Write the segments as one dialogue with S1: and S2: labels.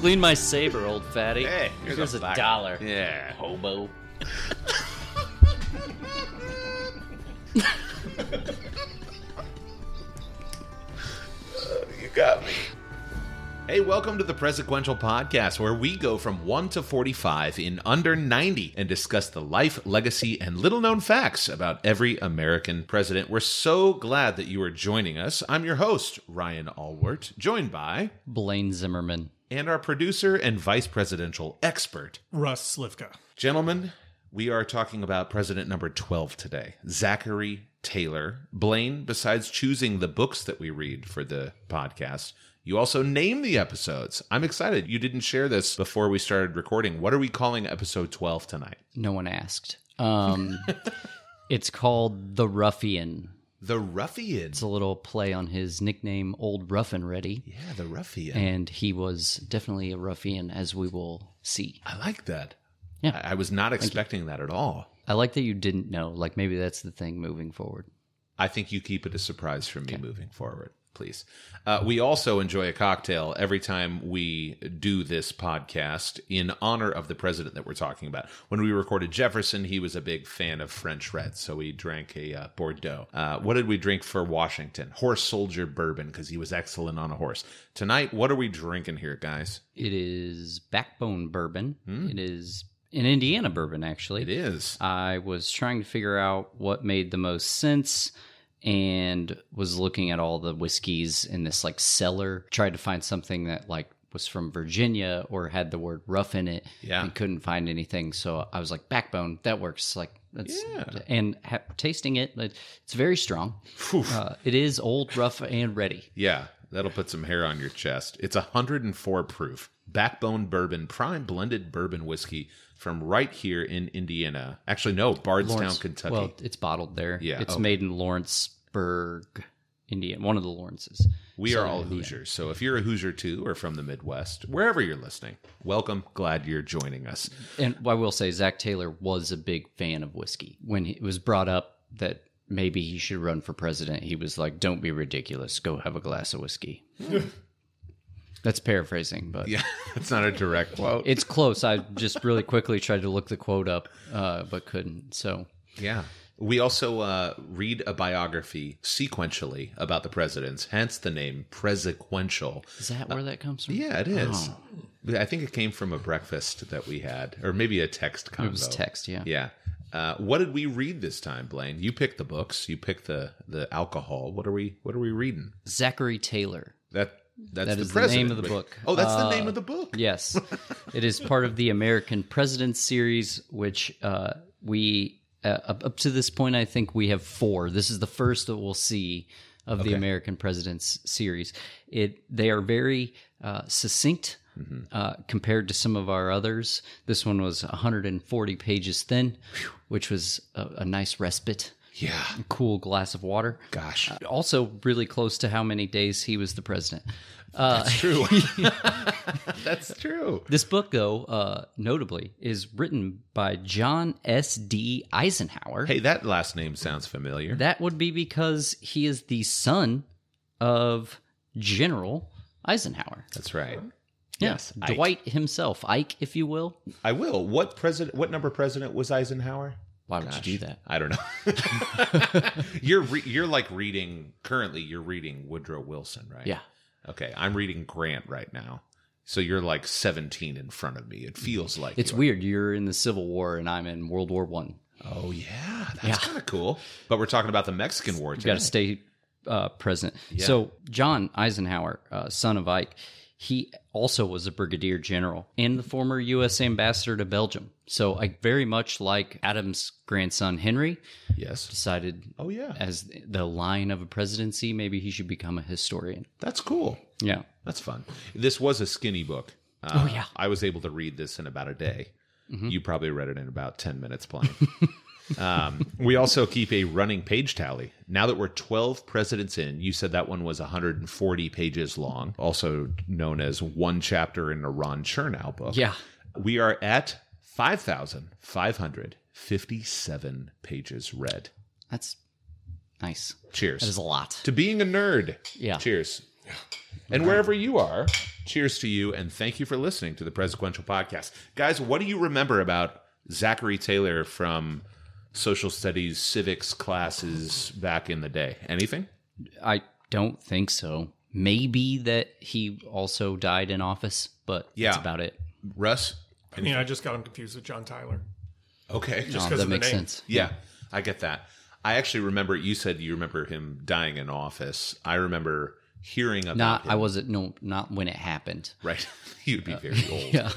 S1: Clean my saber, old fatty.
S2: Hey, here's a
S1: here's a,
S2: buck.
S1: dollar.
S2: Yeah.
S1: Hobo.
S2: You got me. Hey, welcome to the Presequential Podcast, where we go from 1 to 45 in under 90 and discuss the life, legacy, and little known facts about every American president. We're so glad that you are joining us. I'm your host, Ryan Allwart, joined by
S1: Blaine Zimmerman.
S2: and our producer and vice presidential expert.
S3: Russ Slivka.
S2: Gentlemen, we are talking about president number 12 today, Zachary Taylor. Blaine, besides choosing the books that we read for the podcast, you also name the episodes. I'm excited. You didn't share this before we started recording. What are we calling episode 12 tonight?
S1: No one asked. Um, it's called The Ruffian.
S2: The Ruffians.
S1: It's a little play on his nickname, Old Rough and Ready.
S2: Yeah, the Ruffian.
S1: And he was definitely a ruffian, as we will see.
S2: I like that.
S1: Yeah.
S2: I I was not expecting that at all.
S1: I like that you didn't know. Like, maybe that's the thing moving forward.
S2: I think you keep it a surprise for me moving forward, please. Uh, we also enjoy a cocktail every time we do this podcast in honor of the president that we're talking about. When we recorded Jefferson, he was a big fan of French red, so we drank a uh, Bordeaux. Uh, what did we drink for Washington? Horse soldier bourbon, because he was excellent on a horse. Tonight, what are we drinking here, guys?
S1: It is Backbone Bourbon.
S2: Hmm.
S1: It is an Indiana bourbon, actually.
S2: It is.
S1: I was trying to figure out what made the most sense and was looking at all the whiskeys in this like cellar, tried to find something that like was from Virginia or had the word rough in it.
S2: Yeah.
S1: And couldn't find anything. So I was like, backbone, that works. Like, that's,
S2: Yeah.
S1: and ha- tasting it, like, it's very strong.
S2: Phew.
S1: Uh, it is old, rough, and ready.
S2: Yeah, that'll put some hair on your chest. It's 104 proof. Backbone Bourbon Prime Blended Bourbon Whiskey from right here in Indiana. Actually, no, Bardstown,
S1: Lawrence-
S2: Kentucky.
S1: Well, it's bottled there.
S2: Yeah, oh.
S1: It's
S2: okay.
S1: made in Lawrenceburg, Indiana, one of the Lawrences.
S2: we are
S1: Southern
S2: all
S1: Indiana.
S2: Hoosiers. So if you're a Hoosier too or from the Midwest, wherever you're listening, welcome. Glad you're joining us.
S1: And I will say, Zach Taylor was a big fan of whiskey. When it was brought up that maybe he should run for president, he was like, "Don't be ridiculous. Go have a glass of whiskey." That's paraphrasing, but
S2: Yeah, it's not a direct quote.
S1: it's close. I just really quickly tried to look the quote up, uh, but couldn't. So
S2: Yeah. We also uh, read a biography sequentially about the presidents, hence the name Presequential.
S1: is that where that comes from?
S2: Yeah, it is.
S1: Oh.
S2: I think it came from a breakfast that we had, or maybe a text convo.
S1: It was text. Yeah.
S2: Yeah. Uh, what did we read this time, Blaine? You picked the books. You picked the the alcohol. What are we What are we reading?
S1: Zachary Taylor.
S2: That that's
S1: That
S2: the,
S1: is the name
S2: president,
S1: of the
S2: right?
S1: book.
S2: Oh, that's the
S1: Uh,
S2: name of the book.
S1: Yes. it is part of the American Presidents series, which uh, we, uh, up up to this point, I think we have four. This is the first that we'll see of the American Presidents series. It They are very uh, succinct. Uh, compared to some of our others, this one was 140 pages thin, which was a, a nice respite.
S2: Yeah.
S1: A cool glass of water.
S2: Gosh,
S1: Uh, Also, really close to how many days he was the president.
S2: that's true. that's true.
S1: This book, though, uh, notably, is written by John S. D. Eisenhower.
S2: Hey, that last name sounds familiar.
S1: That would be because he is the son of General Eisenhower.
S2: that's right.
S1: Yes,
S2: Ike.
S1: Dwight himself, Ike, if you will.
S2: I will. What president? What number president was Eisenhower?
S1: Why would you do that?
S2: I don't know. you're re- you're like reading currently. You're reading Woodrow Wilson, right?
S1: Yeah.
S2: Okay, I'm reading Grant right now. So you're like 17 in front of me. It feels like
S1: It's
S2: you are.
S1: weird. You're in the Civil War and I'm in World War One.
S2: Oh yeah, that's
S1: Yeah.
S2: kind of cool. But we're talking about the Mexican War.
S1: You got to
S2: today.
S1: stay uh, present. So John Eisenhower, uh, son of Ike, he also was a brigadier general and the former U.S. ambassador to Belgium. So I very much like Adam's grandson Henry
S2: Yes.
S1: decided
S2: Oh yeah,
S1: as the line of a presidency, maybe he should become a historian.
S2: that's cool.
S1: Yeah.
S2: That's fun. This was a skinny book. Uh, oh yeah, I was able to read this in about a day.
S1: Mm-hmm.
S2: You probably read it in about 10 minutes, Blaine. um, we also keep a running page tally. Now that we're 12 presidents in, you said that one was 140 pages long, also known as one chapter in a Ron Chernow book.
S1: Yeah.
S2: We are at 5,557 pages read.
S1: That's nice.
S2: Cheers.
S1: That is a lot.
S2: to being a nerd.
S1: Yeah.
S2: Cheers. And wherever you are, cheers to you and thank you for listening to the Presequential Podcast. Guys, what do you remember about Zachary Taylor from social studies, civics classes back in the day? Anything?
S1: I don't think so. Maybe that he also died in office, but
S2: Yeah.
S1: that's about it. Um,
S2: Russ?
S3: I mean, I just got him confused with John Tyler.
S1: No,
S2: Okay.
S3: 'cause
S1: that
S3: of the
S1: makes
S3: name.
S1: sense.
S2: Yeah, I get that. I actually remember you said you remember him dying in office. I remember hearing about
S1: Not,
S2: him.
S1: I wasn't. No, not when it happened.
S2: right. You'd be very old.
S1: Yeah.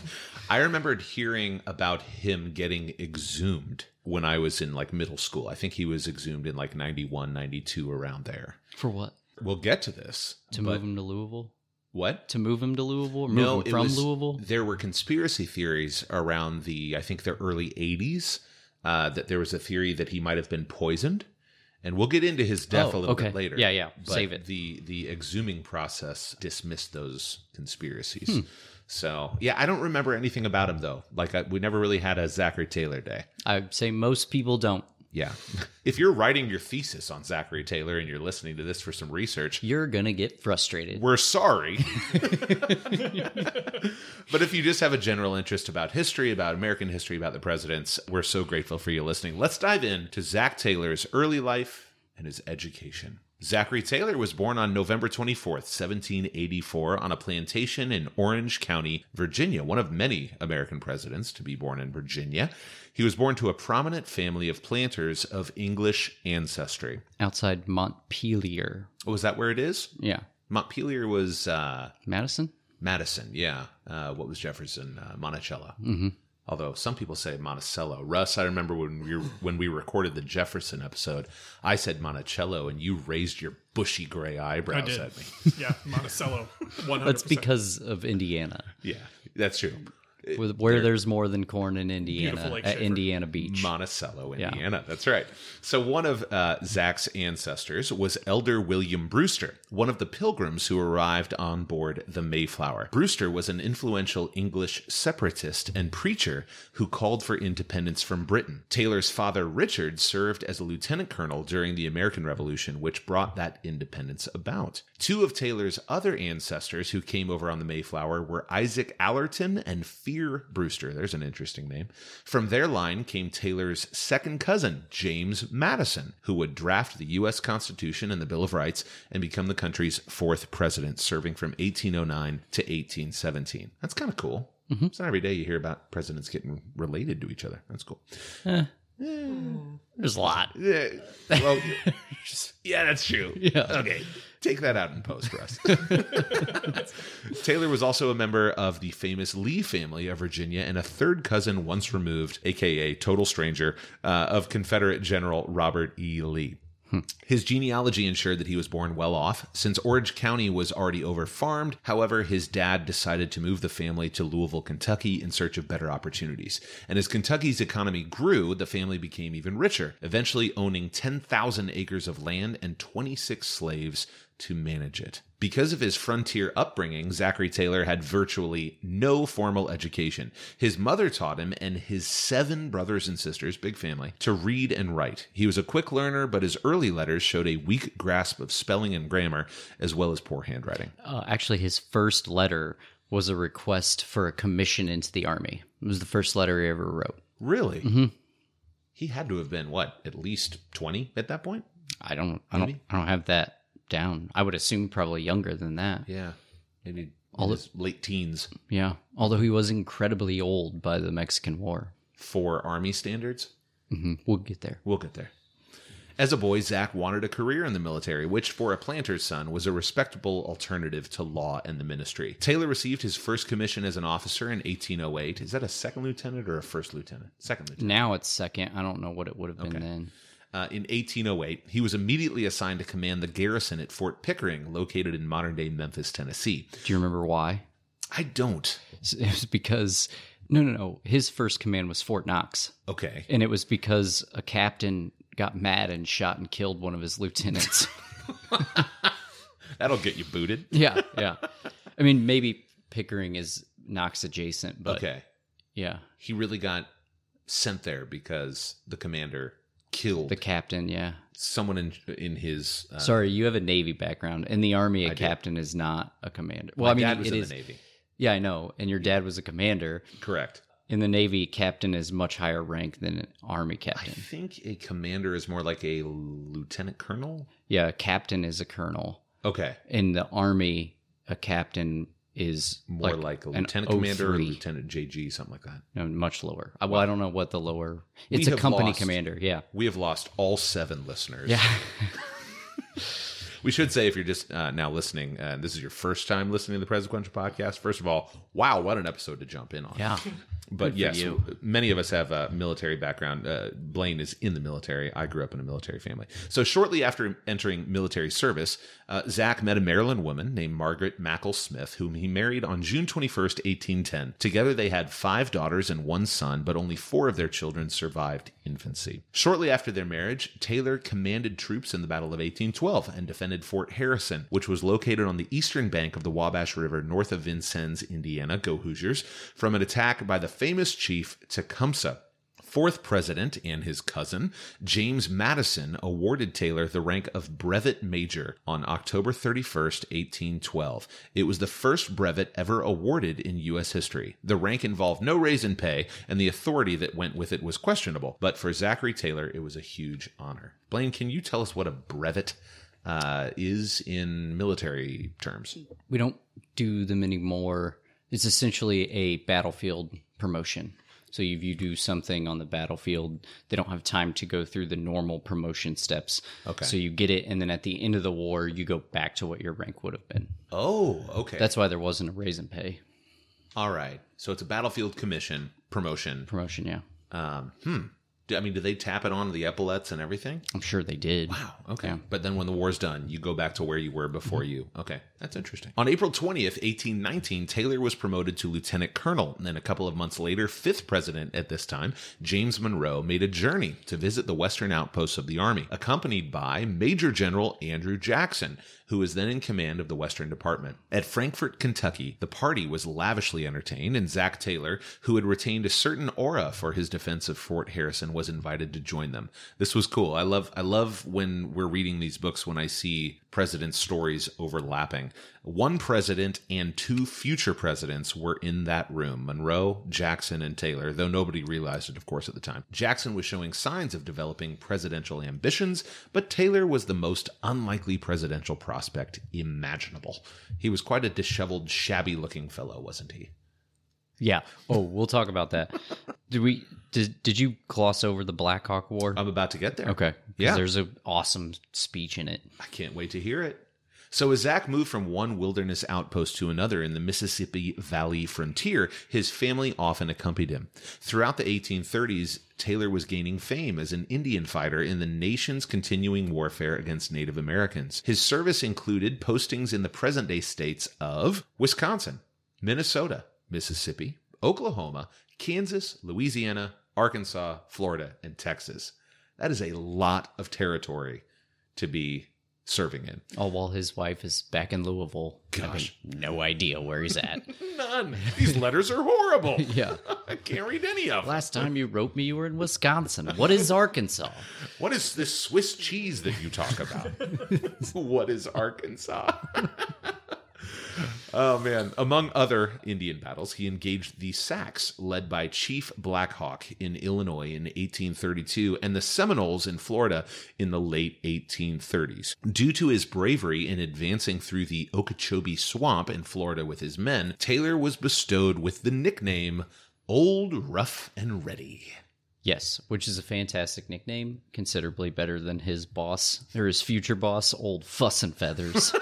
S2: I remembered hearing about him getting exhumed when I was in like middle school. I think he was exhumed in like 91, 92 around there.
S1: For what?
S2: We'll get to this.
S1: To move him to Louisville?
S2: What?
S1: To move him to Louisville? Or move
S2: No,
S1: him
S2: it
S1: from
S2: was-
S1: Louisville?
S2: There were conspiracy theories around the, I think, the early 80s uh, that there was a theory that he might have been poisoned. And we'll get into his death
S1: Oh,
S2: a little
S1: okay.
S2: bit later.
S1: Yeah, yeah.
S2: But
S1: Save it.
S2: The, the exhuming process dismissed those conspiracies.
S1: Hmm.
S2: So, yeah, I don't remember anything about him, though. Like, I, we never really had a Zachary Taylor day.
S1: I'd say most people don't.
S2: Yeah. if you're writing your thesis on Zachary Taylor and you're listening to this for some research,
S1: You're going to get frustrated.
S2: we're sorry. but if you just have a general interest about history, about American history, about the presidents, we're so grateful for you listening. Let's dive in to Zach Taylor's early life and his education. Zachary Taylor was born on November 24th, 1784, on a plantation in Orange County, Virginia, one of many American presidents to be born in Virginia. He was born to a prominent family of planters of English ancestry.
S1: Outside Montpelier.
S2: Oh, is that where it is?
S1: Yeah.
S2: Montpelier was uh,
S1: Madison?
S2: Madison, yeah. Uh, what was Jefferson? Uh, Monticello. Mm-hmm. Although some people say Monticello. Russ, I remember when we when we recorded the Jefferson episode, I said Monticello, and you raised your bushy gray eyebrows
S3: I did.
S2: at me.
S3: Yeah, Monticello. 100%.
S1: That's because of Indiana,
S2: Yeah, that's true.
S1: where, where there's more than corn in
S3: Beautiful
S1: Indiana,
S3: Lake
S1: at
S3: Shaver.
S1: Indiana Beach.
S2: Monticello, Indiana. That's right. So one of uh, Zach's ancestors was Elder William Brewster, one of the pilgrims who arrived on board the Mayflower. Brewster was an influential English separatist and preacher who called for independence from Britain. Taylor's father, Richard, served as a lieutenant colonel during the American Revolution, which brought that independence about. Two of Taylor's other ancestors who came over on the Mayflower were Isaac Allerton and Fear Brewster. There's an interesting name. From their line came Taylor's second cousin, James Madison, who would draft the U.S. Constitution and the Bill of Rights and become the country's fourth president, serving from 1809 to 1817. That's kind of cool. It's not every day you hear about presidents getting related to each other. That's cool.
S1: There's a lot.
S2: Yeah, well, yeah, that's true. Yeah. Okay. Take that out and post for us. Taylor was also a member of the famous Lee family of Virginia and a third cousin once removed, aka total stranger, uh, of Confederate General Robert E. Lee. His genealogy ensured that he was born well off, since Orange County was already overfarmed. However, his dad decided to move the family to Louisville, Kentucky, in search of better opportunities. And as Kentucky's economy grew, the family became even richer, eventually owning 10,000 acres of land and 26 slaves to manage it. Because of his frontier upbringing, Zachary Taylor had virtually no formal education. His mother taught him and his seven brothers and sisters, big family, to read and write. He was a quick learner, but his early letters showed a weak grasp of spelling and grammar, as well as poor handwriting.
S1: Uh, actually, his first letter was a request for a commission into the army. It was the first letter he ever wrote.
S2: Really? He had to have been, what, at least 20 at that point?
S1: I don't, I don't, I don't have that down. I would assume probably younger than that.
S2: Yeah. Maybe all his late teens
S1: Yeah. Although he was incredibly old by the Mexican War.
S2: for Army standards.
S1: hmm We'll get there.
S2: We'll get there. As a boy, Zach wanted a career in the military, which for a planter's son was a respectable alternative to law and the ministry. Taylor received his first commission as an officer in 1808. Is that a second lieutenant or a first lieutenant? Second lieutenant.
S1: Now it's second. I don't know what it would have been then.
S2: Uh, in 1808, he was immediately assigned to command the garrison at Fort Pickering, located in modern day Memphis, Tennessee.
S1: Do you remember why?
S2: I don't.
S1: It was because no, no, no. His first command was Fort Knox,
S2: Okay.
S1: and it was because a captain got mad and shot and killed one of his lieutenants.
S2: That'll get you booted.
S1: yeah, yeah. I mean, maybe Pickering is Knox adjacent, but
S2: Okay.
S1: yeah,
S2: He really got sent there because the commander killed
S1: the captain. Yeah.
S2: someone in in his. Uh,
S1: Sorry, you have a Navy background. In the Army, a captain is not a commander. Well, I mean,
S2: dad was
S1: it
S2: in
S1: is-
S2: the Navy.
S1: Yeah, I know. And your dad was a commander.
S2: Correct.
S1: In the Navy, captain is much higher rank than an Army
S2: I
S1: captain.
S2: think a commander is more like a lieutenant colonel.
S1: Yeah, a captain is a colonel.
S2: Okay,
S1: In the Army, a captain is
S2: more like, a
S1: an
S2: lieutenant commander or
S1: O3.
S2: lieutenant JG, something like that.
S1: No, much lower. I- Well, I don't know what the lower.
S2: We
S1: It's a
S2: have
S1: company
S2: lost-
S1: commander. Yeah.
S2: We have lost all seven listeners.
S1: Yeah.
S2: We should say if you're just uh, now listening, uh, this is your first time listening to the Presequential Podcast. First of all, wow, what an episode to jump in on.
S1: Yeah.
S2: But yes,
S1: you.
S2: many of us have a military background. Uh, Blaine is in the military. I grew up in a military family. So shortly after entering military service, uh, Zach met a Maryland woman named Margaret Mackle Smith, whom he married on June 21st, 1810. Together, they had five daughters and one son, but only four of their children survived infancy. Shortly after their marriage, Taylor commanded troops in the Battle of 1812 and defended Fort Harrison, which was located on the eastern bank of the Wabash River north of Vincennes, Indiana, go Hoosiers, from an attack by the famous chief Tecumseh. Fourth president and his cousin, James Madison, awarded Taylor the rank of brevet major on October 31st, 1812. It was the first brevet ever awarded in U.S. history. The rank involved no raise in pay, and the authority that went with it was questionable, but for Zachary Taylor, it was a huge honor. Blaine, can you tell us what a brevet uh, is in military terms?
S1: We don't do them anymore. It's essentially a battlefield promotion. So if you do something on the battlefield, they don't have time to go through the normal promotion steps.
S2: Okay.
S1: So you get it, and then at the end of the war, you go back to what your rank would have been.
S2: Oh, okay.
S1: That's why there wasn't a raise in pay
S2: All right. So it's a battlefield commission promotion.
S1: promotion. Yeah,
S2: Um, hmm. Do, I mean, do they tap it onto the epaulets and everything?
S1: I'm sure they did.
S2: Wow. Okay.
S1: Yeah.
S2: But then when the war's done, you go back to where you were before you. Okay. That's interesting. Mm-hmm. On April 20th, 1819, Taylor was promoted to lieutenant colonel. And then a couple of months later, fifth president at this time, James Monroe, made a journey to visit the western outposts of the army, accompanied by Major General Andrew Jackson, who was then in command of the western department. At Frankfort, Kentucky, the party was lavishly entertained, and Zach Taylor, who had retained a certain aura for his defense of Fort Harrison, was invited to join them. This was cool. I love I love when we're reading these books when I see presidents' stories overlapping. One president and two future presidents were in that room Monroe, Jackson, and Taylor, though nobody realized it, of course, at the time. Jackson was showing signs of developing presidential ambitions, but Taylor was the most unlikely presidential prospect imaginable. He was quite a disheveled, shabby looking fellow, wasn't he?
S1: Yeah. Oh, we'll talk about that. did we? Did Did you gloss over the Black Hawk War?
S2: I'm about to get there.
S1: okay. 'Cause
S2: Um, yeah.
S1: There's an awesome speech in it.
S2: I can't wait to hear it. So, as Zach moved from one wilderness outpost to another in the Mississippi Valley frontier, his family often accompanied him. Throughout the 1830s, Taylor was gaining fame as an Indian fighter in the nation's continuing warfare against Native Americans. His service included postings in the present day states of Wisconsin, Minnesota, Mississippi, Oklahoma, Kansas, Louisiana, Arkansas, Florida, and Texas. That is a lot of territory to be serving in.
S1: All while his wife is back in Louisville.
S2: Gosh.
S1: Having no idea where he's at.
S2: None. These letters are horrible.
S1: yeah.
S2: I can't read any of them.
S1: Last time you wrote me, you were in Wisconsin. What is Arkansas?
S2: What is this Swiss cheese that you talk about? what is Arkansas? oh man! Among other Indian battles, he engaged the Sacs, led by Chief Black Hawk, in Illinois in 1832, and the Seminoles in Florida in the late 1830s. Due to his bravery in advancing through the Okeechobee Swamp in Florida with his men, Taylor was bestowed with the nickname "Old Rough and Ready."
S1: Yes, which is a fantastic nickname, considerably better than his boss or his future boss, old Fuss and Feathers.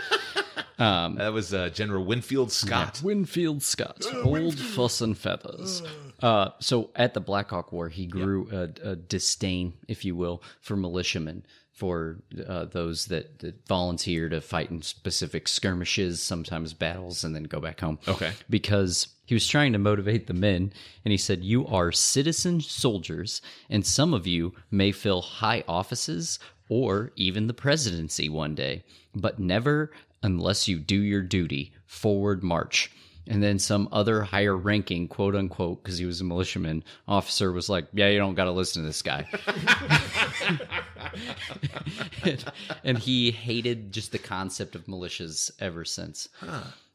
S2: That was uh, General Winfield Scott.
S1: Winfield Scott, old fuss and feathers. Uh, so at the Black Hawk War, he grew a, a disdain, if you will, for militiamen, for uh, those that, that volunteer to fight in specific skirmishes, sometimes battles, and then go back home.
S2: Okay.
S1: Because he was trying to motivate the men, and he said, You are citizen soldiers, and some of you may fill high offices or even the presidency one day, but never unless you do your duty. Forward march. And then some other higher ranking, quote unquote, because he was a militiaman officer, was like, Yeah, you don't got to listen to this guy. and, and he hated just the concept of militias ever since.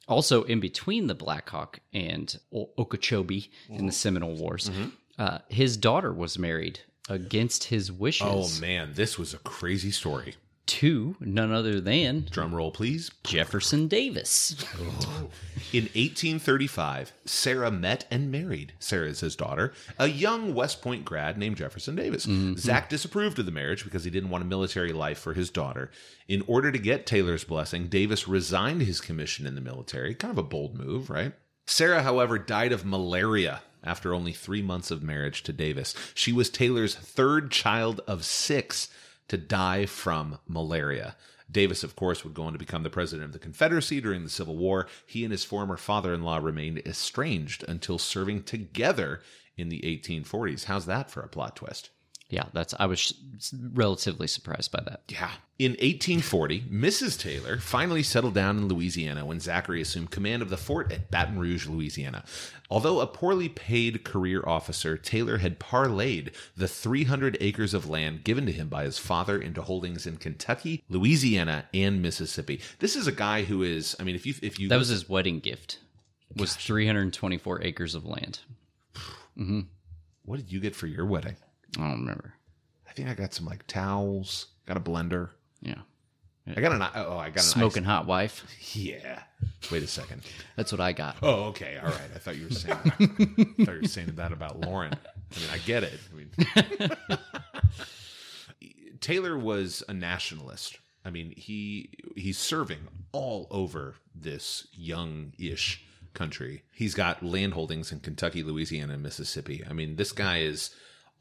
S1: Also, in between the Black Hawk and o- Okeechobee in
S2: Mm-hmm.
S1: the Seminole Wars, uh, his daughter was married against his wishes
S2: Oh man, this was a crazy story.
S1: to none other than
S2: Drum roll, please.
S1: Jefferson Davis.
S2: In 1835, Sarah met and married, Sarah is his daughter, a young West Point grad named Jefferson Davis. Zach disapproved of the marriage because he didn't want a military life for his daughter. In order to get Taylor's blessing, Davis resigned his commission in the military. Kind of a bold move, right? Sarah, however, died of malaria after only three months of marriage to Davis. She was Taylor's third child of six to die from malaria. Davis, of course, would go on to become the president of the Confederacy during the Civil War. He and his former father in law remained estranged until serving together in the 1840s. How's that for a plot twist?
S1: yeah, that's I was s- relatively surprised by that.
S2: Yeah. In 1840, Mrs. Taylor finally settled down in Louisiana when Zachary assumed command of the fort at Baton Rouge, Louisiana. Although a poorly paid career officer, Taylor had parlayed the 300 acres of land given to him by his father into holdings in Kentucky, Louisiana, and Mississippi. This is a guy who is, I mean, if you if you
S1: That was his wedding gift. Was 324 acres of land.
S2: what did you get for your wedding?
S1: I don't remember.
S2: I think I got some like towels, got a blender.
S1: Yeah.
S2: I got an oh, I got an
S1: Smoking hot wife.
S2: Ice. Yeah. Wait a second.
S1: That's what I got.
S2: Oh, okay. All right. I thought you were saying I thought you were saying that about Lauren. I mean, I get it. I mean, Taylor was a nationalist. I mean, he he's serving all over this young-ish country. He's got land holdings in Kentucky, Louisiana, and Mississippi. I mean, this guy is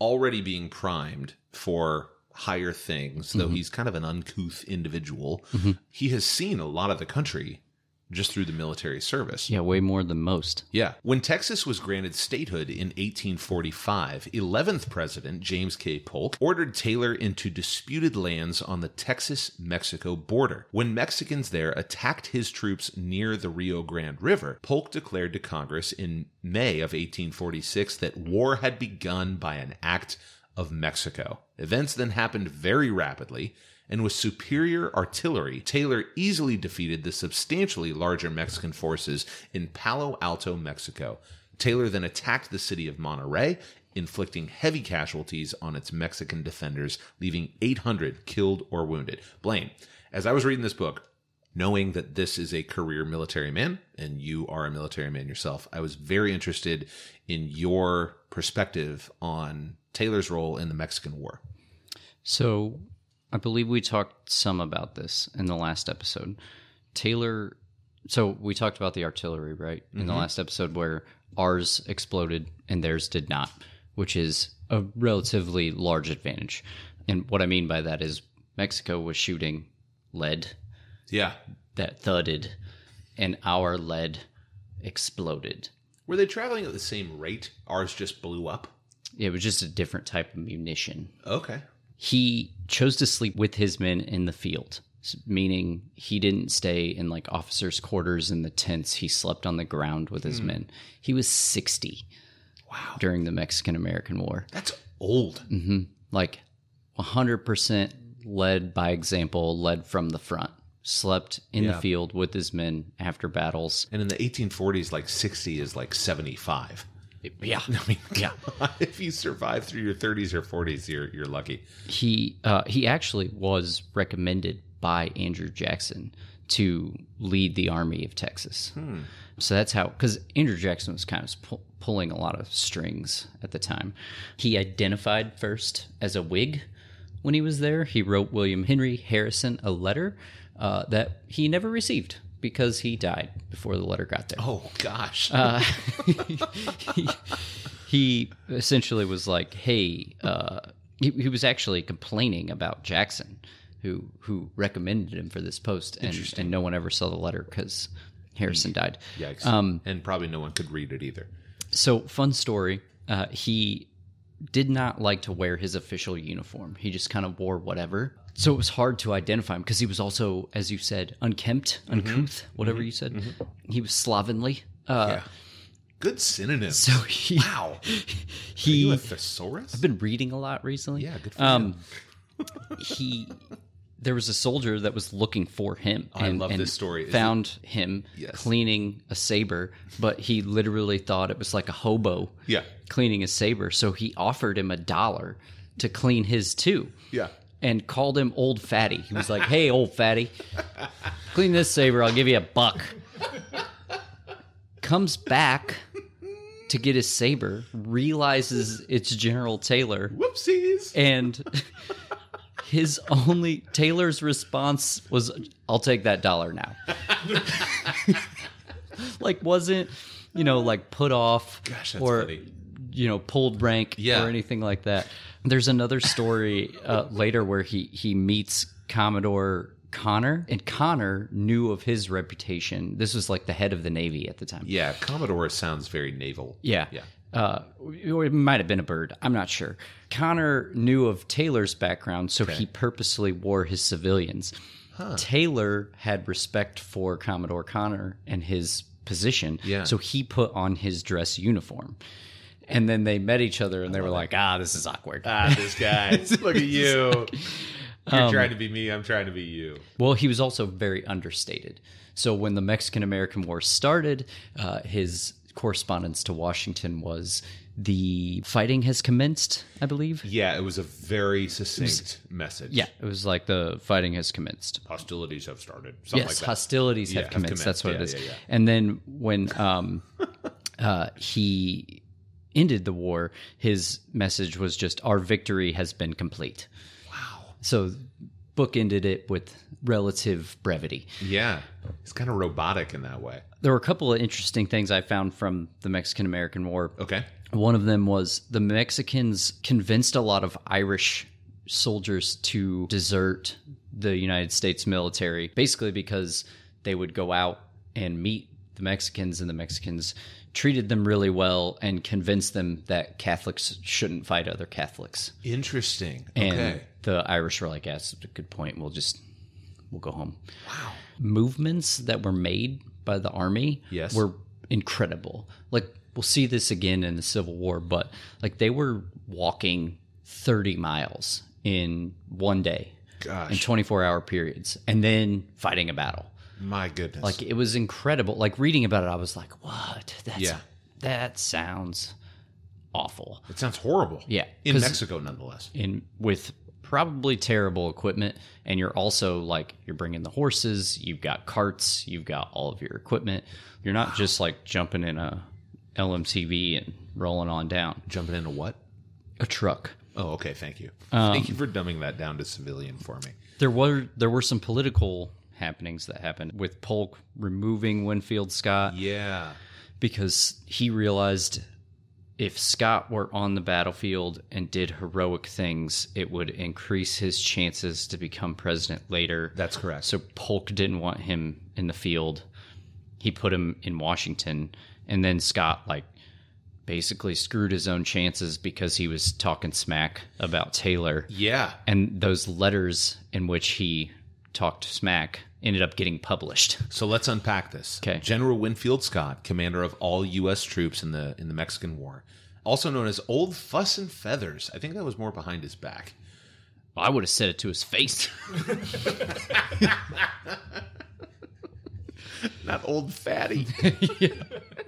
S2: already being primed for higher things, though he's kind of an uncouth individual. He has seen a lot of the country just through the military service.
S1: Yeah, way more than most.
S2: Yeah. When Texas was granted statehood in 1845, 11th President James K. Polk ordered Taylor into disputed lands on the Texas Mexico border. When Mexicans there attacked his troops near the Rio Grande River, Polk declared to Congress in May of 1846 that war had begun by an act of Mexico. Events then happened very rapidly, and with superior artillery, Taylor easily defeated the substantially larger Mexican forces in Palo Alto, Mexico. Taylor then attacked the city of Monterey, inflicting heavy casualties on its Mexican defenders, leaving 800 killed or wounded. Blaine, as I was reading this book, knowing that this is a career military man and you are a military man yourself, I was very interested in your perspective on Taylor's role in the Mexican War.
S1: So I believe we talked some about this in the last episode. Taylor, so we talked about the artillery, right? In the last episode, where ours exploded and theirs did not, which is a relatively large advantage. And what I mean by that is Mexico was shooting lead
S2: Yeah.
S1: that thudded, and our lead exploded.
S2: Were they traveling at the same rate? Ours just blew up.
S1: It was just a different type of munition.
S2: Okay.
S1: he chose to sleep with his men in the field s- meaning he didn't stay in like officers quarters in the tents he slept on the ground with his men he was 60
S2: Hmm. Wow.
S1: during the mexican american war
S2: That's old.
S1: hmm like 100% led by example led from the front slept in
S2: Yeah.
S1: the field with his men after battles
S2: And in the 1840s, like 60 is like 75.
S1: yeah
S2: I mean, yeah. if you survive through your 30s or 40s, you're you're lucky.
S1: he uh, he actually was recommended by Andrew Jackson to lead the army of Texas. So that's how because Andrew Jackson was kind of pu- pulling a lot of strings at the time. He identified first as a Whig when he was there. He wrote William Henry Harrison a letter uh, that he never received because he died before the letter got there
S2: Oh gosh.
S1: he, he essentially was like, "Hey," uh, he, he was actually complaining about Jackson, who who recommended him for this post, and, and no one ever saw the letter because
S2: Mm.
S1: Harrison died.
S2: Yikes. and probably no one could read it either.
S1: So, fun story. Uh, he did not like to wear his official uniform. He just kind of wore whatever. So it was hard to identify him
S2: Mm-hmm.
S1: because he was also, as you said, unkempt, uncouth, whatever you said. He was slovenly.
S2: yeah. Good synonym.
S1: So he,
S2: wow. Are
S1: he
S2: you a
S1: I've
S2: thesaurus?
S1: been reading a lot recently.
S2: Yeah, good for
S1: Um, he there was a soldier that was looking for him.
S2: I love this story. Is it-
S1: Found him
S2: Yes.
S1: cleaning a saber, but he literally thought it was like a hobo.
S2: Yeah.
S1: cleaning a saber, so he offered him a dollar to clean his too.
S2: yeah.
S1: and called him old fatty. He was like, "Hey, old fatty, clean this saber. I'll give you a buck." Comes back to get his saber, realizes it's General Taylor,
S2: Whoopsies.
S1: and his only Taylor's response was, "I'll take that dollar now." like wasn't you know like put off
S2: Gosh, that's
S1: or
S2: funny.
S1: you know pulled rank
S2: Yeah.
S1: or anything like that. There's another story uh, later where he he meets Commodore Connor, and Connor knew of his reputation. This was like the head of the Navy at the time.
S2: yeah, Commodore sounds very naval.
S1: Yeah.
S2: Yeah.
S1: Uh, or it might have been a bird. I'm not sure. Connor knew of Taylor's background, so he purposely wore his civilians. Taylor had respect for Commodore Connor and his position,
S2: Yeah.
S1: so he put on his dress uniform. And then they met each other, and they were like, "Ah, this is awkward."
S2: Ah, this guy. Look at you. You're
S1: um,
S2: trying to be me. I'm trying to be you.
S1: Well, he was also very understated. So when the Mexican American War started, uh, his correspondence to Washington was the fighting has commenced, I believe.
S2: Yeah, it was a very succinct message.
S1: Yeah, it was like the fighting has commenced.
S2: Hostilities have started. Something
S1: yes,
S2: like that.
S1: hostilities
S2: Yeah,
S1: have
S2: have
S1: commenced. That's
S2: commenced.
S1: what it
S2: Yeah,
S1: is.
S2: yeah, yeah.
S1: And then when um, uh, he ended the war, his message was just "Our victory has been complete." Wow. So, book ended it with relative brevity.
S2: yeah. It's kind of robotic in that way.
S1: There were a couple of interesting things I found from the Mexican American War.
S2: Okay.
S1: One of them was the Mexicans convinced a lot of Irish soldiers to desert the United States military, basically because they would go out and meet the Mexicans, and the Mexicans treated them really well and convinced them that Catholics shouldn't fight other Catholics.
S2: Interesting.
S1: And
S2: Okay.
S1: the Irish were like, yeah, that's a good point. We'll just, we'll go home. Wow. Movements that were made by the army
S2: Yes.
S1: were incredible. Like, we'll see this again in the Civil War, but like they were walking 30 miles in one day in
S2: Gosh.
S1: 24 hour periods and then fighting a battle.
S2: My goodness.
S1: Like, it was incredible. Like, reading about it, I was like, what? That's,
S2: Yeah.
S1: That sounds awful.
S2: it sounds horrible.
S1: Yeah.
S2: In
S1: 'Cause-
S2: Mexico, nonetheless.
S1: in with probably terrible equipment and you're also like you're bringing the horses you've got carts you've got all of your equipment you're not just like jumping in a lmtv and rolling on down
S2: Jumping into what?
S1: a truck
S2: Oh, okay. Thank you. Thank you for dumbing that down to civilian for me.
S1: there were there were some political happenings that happened with polk removing winfield scott
S2: Yeah.
S1: because he realized if Scott were on the battlefield and did heroic things, it would increase his chances to become president later.
S2: That's correct.
S1: So Polk didn't want him in the field. He put him in Washington, and then Scott like basically screwed his own chances because he was talking smack about Taylor.
S2: Yeah.
S1: And those letters in which he talked smack ended up getting published.
S2: So let's unpack this.
S1: Okay.
S2: General Winfield Scott, commander of all U.S. troops in the in the Mexican War, also known as Old Fuss and Feathers. I think that was more behind his back.
S1: I would have said it to his face.
S2: Not old fatty.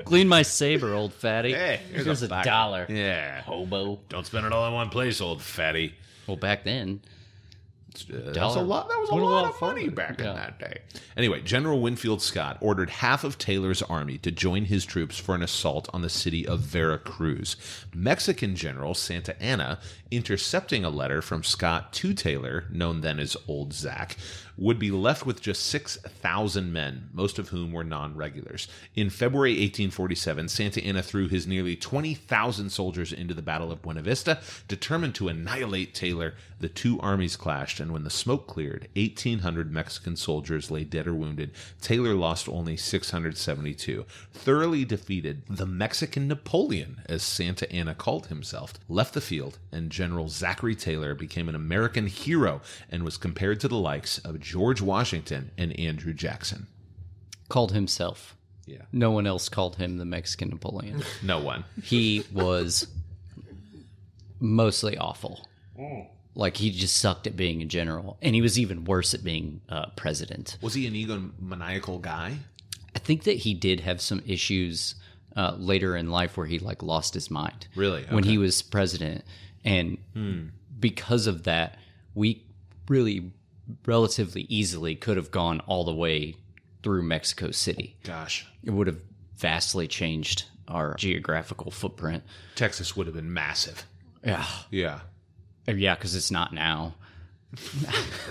S1: Clean my saber, old fatty.
S2: Hey,
S1: here's,
S2: here's
S1: a, dollar.
S2: yeah.
S1: Hobo.
S2: Don't spend it all in one place, old fatty.
S1: Well, back then,
S2: Uh, that's a
S1: Dollar.
S2: lot. That was a
S1: Went a
S2: lot
S1: lot
S2: of money
S1: further.
S2: back
S1: Yeah.
S2: in that day. Anyway, General Winfield Scott ordered half of Taylor's army to join his troops for an assault on the city of Veracruz. Mexican General Santa Anna, intercepting a letter from Scott to Taylor, known then as Old Zack, would be left with just 6,000 men, most of whom were non regulars. In February 1847, Santa Anna threw his nearly 20,000 soldiers into the Battle of Buena Vista, determined to annihilate Taylor. The two armies clashed, and when the smoke cleared, 1,800 Mexican soldiers lay dead or wounded. Taylor lost only 672. Thoroughly defeated, the Mexican Napoleon, as Santa Anna called himself, left the field, and General Zachary Taylor became an American hero and was compared to the likes of George Washington and Andrew Jackson.
S1: called himself.
S2: Yeah.
S1: No one else called him the Mexican Napoleon.
S2: No one.
S1: he was mostly awful.
S2: Mm.
S1: Like he just sucked at being a general, and he was even worse at being uh, president.
S2: Was he an egomaniacal guy?
S1: I think that he did have some issues uh, later in life where he like lost his mind.
S2: Really? Hmm.
S1: when he was president, and because of that, we really relatively easily could have gone all the way through Mexico City.
S2: Gosh.
S1: It would have vastly changed our geographical footprint.
S2: Texas would have been massive.
S1: Yeah,
S2: Yeah.
S1: Oh, yeah, because it's not now.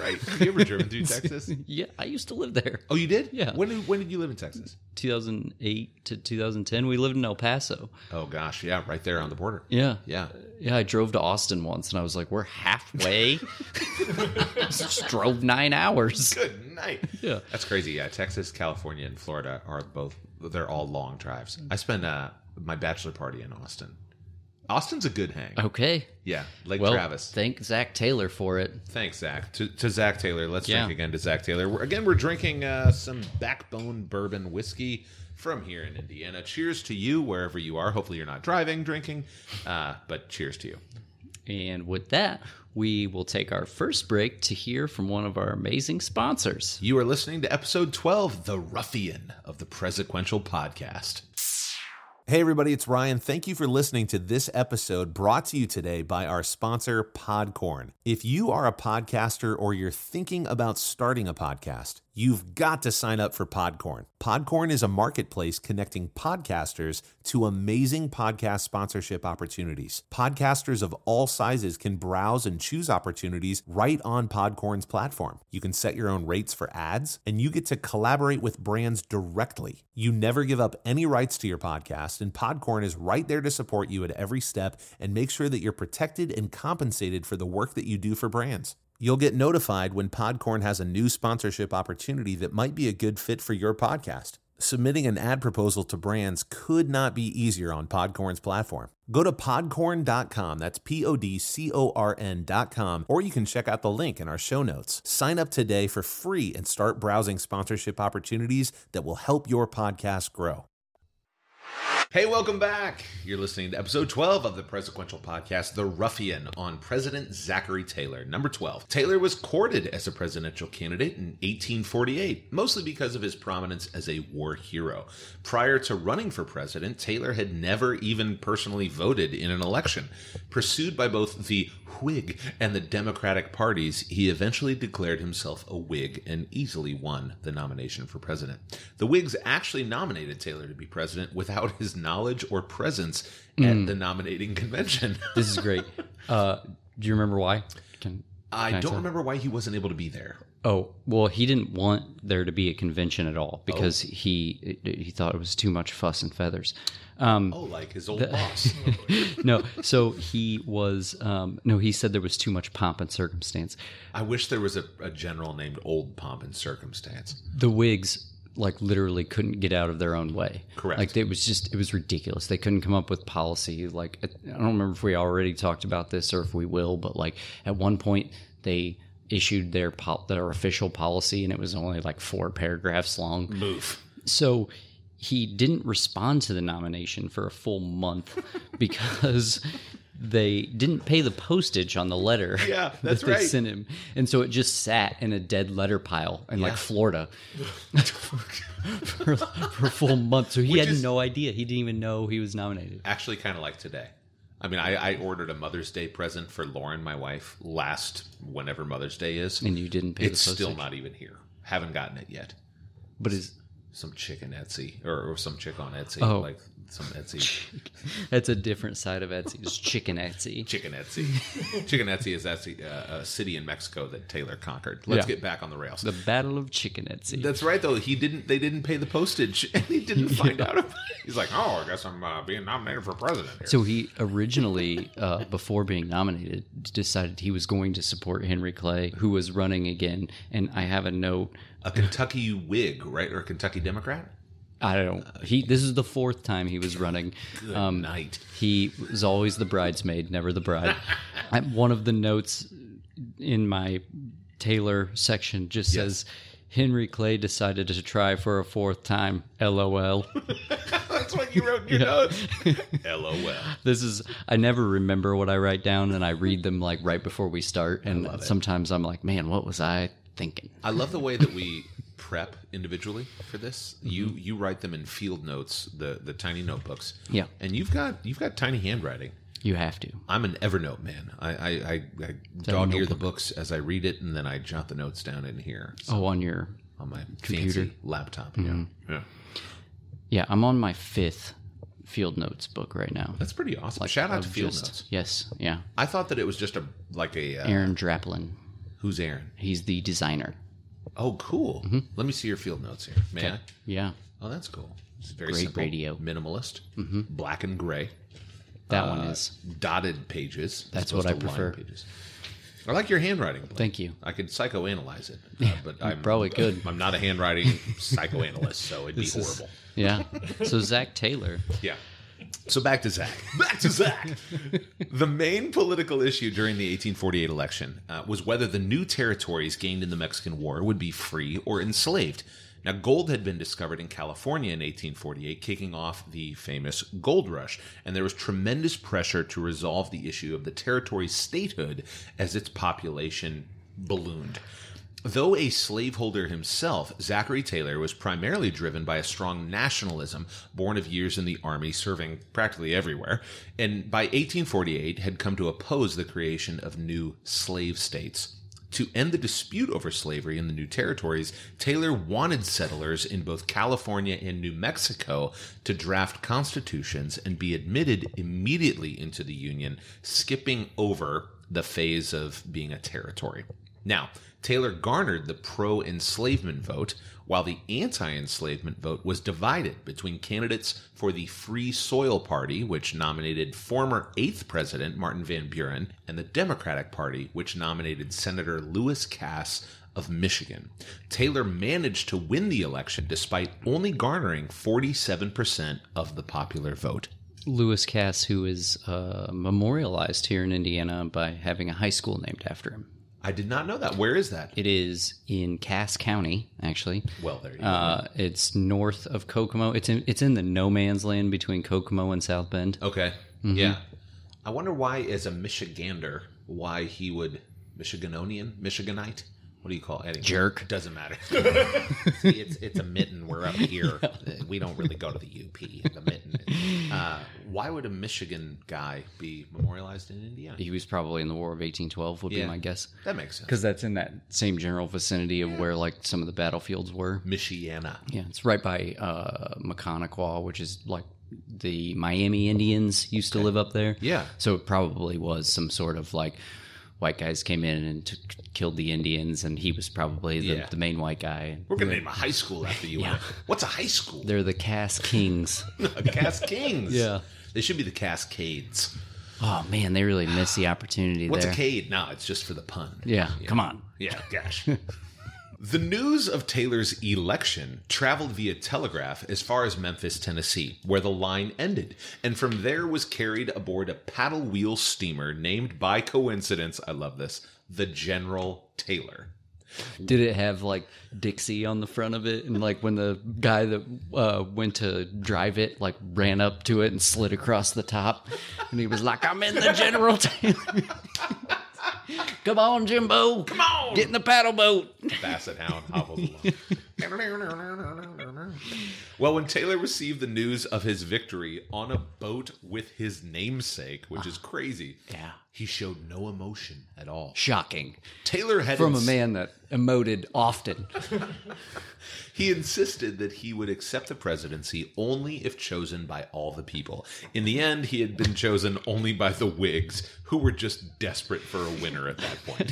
S2: Right. Have you ever driven through Texas?
S1: Yeah, I used to live there.
S2: Oh, you did?
S1: Yeah.
S2: When did, when did you live in Texas?
S1: 2008 to 2010, we lived in El Paso.
S2: Oh, gosh. Yeah. Right there on the border.
S1: Yeah.
S2: Yeah.
S1: Yeah, I drove to Austin once and I was like, we're halfway. Just drove nine hours.
S2: Good night.
S1: Yeah.
S2: That's crazy. Yeah. Texas, California, and Florida are both, they're all long drives. I spent uh, my bachelor party in Austin. Austin's a good hang.
S1: Okay.
S2: Yeah. Lake
S1: Oh. Well,
S2: Travis.
S1: thank Zach Taylor for it.
S2: Thanks, Zach. To, to Zach Taylor. Let's
S1: Yeah.
S2: drink again to Zach Taylor. We're, again, we're drinking uh, some backbone bourbon whiskey from here in Indiana. Cheers to you wherever you are. Hopefully, you're not driving, drinking, uh, but cheers to you.
S1: And with that, we will take our first break to hear from one of our amazing sponsors.
S2: You are listening to episode 12, The Ruffian of the Presequential Podcast.
S4: Hey, everybody, it's Ryan. Thank you for listening to this episode brought to you today by our sponsor, Podcorn. If you are a podcaster or you're thinking about starting a podcast, you've got to sign up for Podcorn. Podcorn is a marketplace connecting podcasters to amazing podcast sponsorship opportunities. Podcasters of all sizes can browse and choose opportunities right on Podcorn's platform. You can set your own rates for ads, and you get to collaborate with brands directly. You never give up any rights to your podcast, and Podcorn is right there to support you at every step and make sure that you're protected and compensated for the work that you do for brands. You'll get notified when Podcorn has a new sponsorship opportunity that might be a good fit for your podcast. Submitting an ad proposal to brands could not be easier on Podcorn's platform. Go to podcorn.com, that's P O D C O R N.com, or you can check out the link in our show notes. Sign up today for free and start browsing sponsorship opportunities that will help your podcast grow.
S2: Hey, welcome back. You're listening to episode 12 of the Presequential Podcast, The Ruffian, on President Zachary Taylor, number 12. Taylor was courted as a presidential candidate in 1848, mostly because of his prominence as a war hero. Prior to running for president, Taylor had never even personally voted in an election. Pursued by both the Whig and the Democratic parties, he eventually declared himself a Whig and easily won the nomination for president. The Whigs actually nominated Taylor to be president without his knowledge or presence at the nominating convention.
S1: This is great. uh, do you remember why? Can,
S2: I
S1: can
S2: don't
S1: tell?
S2: remember why he wasn't able to be there.
S1: Oh well, he didn't want there to be a convention at all because he he thought it was too much fuss and feathers. Um,
S2: Oh, like his old boss.
S1: no, so he was um, no. He said there was too much pomp and circumstance.
S2: I wish there was a, a general named Old Pomp and Circumstance.
S1: The Whigs like literally couldn't get out of their own way.
S2: Correct.
S1: Like it was just it was ridiculous. They couldn't come up with policy. Like I don't remember if we already talked about this or if we will, but like at one point they issued their pol- their official policy and it was only like four paragraphs long.
S2: Move.
S1: So he didn't respond to the nomination for a full month because they didn't pay the postage on the letter
S2: Yeah, that's
S1: that they
S2: right.
S1: sent him. And so it just sat in a dead letter pile in like Florida for, for a full month. So he had
S2: is-
S1: no idea. He didn't even know he was nominated.
S2: actually kind of like today. I mean, I, I ordered a Mother's Day present for Lauren, my wife, last whenever Mother's Day is.
S1: And you didn't pay
S2: it's
S1: the postage.
S2: still not even here. Haven't gotten it yet.
S1: But is
S2: Some chick in Etsy, or, or some chick on Etsy,
S1: Oh.
S2: like some Etsy
S1: that's a different side of Etsy. It's chicken Etsy.
S2: chicken Etsy. chicken Etsy is Etsy, uh, a city in Mexico that Taylor conquered. Let's
S1: Yeah.
S2: get back on the rails.
S1: The Battle of Chicken Etsy.
S2: That's right, though. He didn't. They didn't pay the postage, and he didn't find out. About it. He's like, oh, I guess I'm uh, being nominated for president. Here.
S1: So he originally, uh, before being nominated, decided he was going to support Henry Clay, who was running again. And I have a note.
S2: a Kentucky Whig, right, or a Kentucky Democrat?
S1: I don't. He. This is the fourth time he was running. Um,
S2: Night.
S1: he was always the bridesmaid, never the bride. I, one of the notes in my Taylor section just says Henry Clay decided to try for a fourth time. LOL.
S2: That's what you wrote in your notes. LOL.
S1: This is I never remember what I write down and I read them like right before we start and sometimes I'm like, "Man, what was I thinking?"
S2: I love the way that we prep individually for this.
S1: Mm-hmm.
S2: You you write them in field notes, the the tiny notebooks.
S1: Yeah.
S2: And you've got you've got tiny handwriting.
S1: You have to.
S2: I'm an Evernote man. I I, I, I dog ear the books as I read it, and then I jot the notes down in here
S1: Oh, on your
S2: on my
S1: Computer. Mm-hmm.
S2: fancy laptop. Yeah, yeah,
S1: Yeah, I'm on my 5th field notes book right now.
S2: that's pretty awesome. Shout out to
S1: Of
S2: Field
S1: just-
S2: Notes.
S1: Yes, yeah.
S2: I thought that it was just a like a uh,
S1: Aaron Draplin.
S2: who's Aaron.
S1: He's the designer.
S2: Oh, cool.
S1: Mm-hmm.
S2: Let me see your Field Notes here, may I?
S1: Yeah.
S2: Oh, that's cool. It's very
S1: Great
S2: simple,
S1: radio. Mm-hmm.
S2: minimalist, black and gray,
S1: That one
S2: Uh,
S1: is.
S2: dotted pages. as
S1: That's
S2: opposed
S1: what I
S2: to lined
S1: prefer.
S2: Pages. I like your handwriting. Blake.
S1: Thank you.
S2: I could psychoanalyze it, uh, but I'm
S1: probably could.
S2: I'm not a handwriting psychoanalyst, so it'd be horrible.
S1: Yeah. So Zach Taylor.
S2: Yeah. So back to Zach. Back to Zach. the main political issue during the 1848 election uh, was whether the new territories gained in the Mexican War would be free or enslaved. Now, gold had been discovered in California in 1848, kicking off the famous gold rush, and there was tremendous pressure to resolve the issue of the territory's statehood as its population ballooned. Though a slaveholder himself, Zachary Taylor was primarily driven by a strong nationalism born of years in the army serving practically everywhere, and by 1848 had come to oppose the creation of new slave states. To end the dispute over slavery in the new territories, Taylor wanted settlers in both California and New Mexico to draft constitutions and be admitted immediately into the Union, skipping over the phase of being a territory. Now, Taylor garnered the pro enslavement vote, while the anti enslavement vote was divided between candidates for the Free Soil Party, which nominated former 8th President Martin Van Buren, and the Democratic Party, which nominated Senator Lewis Cass of Michigan. Taylor managed to win the election despite only garnering 47% of the popular vote.
S1: Lewis Cass, who is uh, memorialized here in Indiana by having a high school named after him.
S2: I did not know that. Where is that?
S1: It is in Cass County, actually.
S2: Well, there you go.
S1: Uh, it's north of Kokomo. It's in it's in the no man's land between Kokomo and South Bend.
S2: Okay.
S1: Mm-hmm.
S2: Yeah. I wonder why, as a Michigander, why he would Michiganonian, Michiganite. What do you call it? Anyway,
S1: Jerk.
S2: Doesn't matter. See, it's it's a mitten. We're up here. We don't really go to the UP. The mitten. Uh, why would a Michigan guy be memorialized in Indiana?
S1: He was probably in the War of 1812, would
S2: Yeah.
S1: be my guess,
S2: That makes sense.
S1: because that's in that same general vicinity of where like some of the battlefields were.
S2: Michiana.
S1: Yeah, it's right by uh, Mechanicaw, which is like the Miami Indians used to live up there.
S2: Yeah.
S1: So it probably was some sort of like white guys came in and t- killed the Indians, and he was probably the,
S2: Yeah.
S1: the main white guy.
S2: We're gonna name a high school after you. Anna. What's a high school?
S1: They're the Cass Kings.
S2: a Cass Kings.
S1: Yeah.
S2: They should be the Cascades.
S1: oh man, they really missed the opportunity
S2: What's
S1: there.
S2: a cade? No, it's just for the pun.
S1: yeah, come on.
S2: Yeah, gosh. the news of Taylor's election traveled via telegraph as far as Memphis, Tennessee, where the line ended, and from there was carried aboard a paddle wheel steamer named by coincidence, I love this, the General Taylor.
S1: Did it have like Dixie on the front of it? And like when the guy that uh, went to drive it, like ran up to it and slid across the top. And he was like, I'm in the General Taylor. Come on, Jimbo. Come
S2: on.
S1: Get in the paddle boat.
S2: Basset Hound hobbles along. well, when Taylor received the news of his victory on a boat with his namesake, which is crazy,
S1: Ah, Yeah.
S2: he showed no emotion at all.
S1: Shocking.
S2: Taylor had
S1: From a
S2: ins-
S1: man that emoted often.
S2: He insisted that he would accept the presidency only if chosen by all the people. In the end, he had been chosen only by the Whigs, who were just desperate for a winner at that point.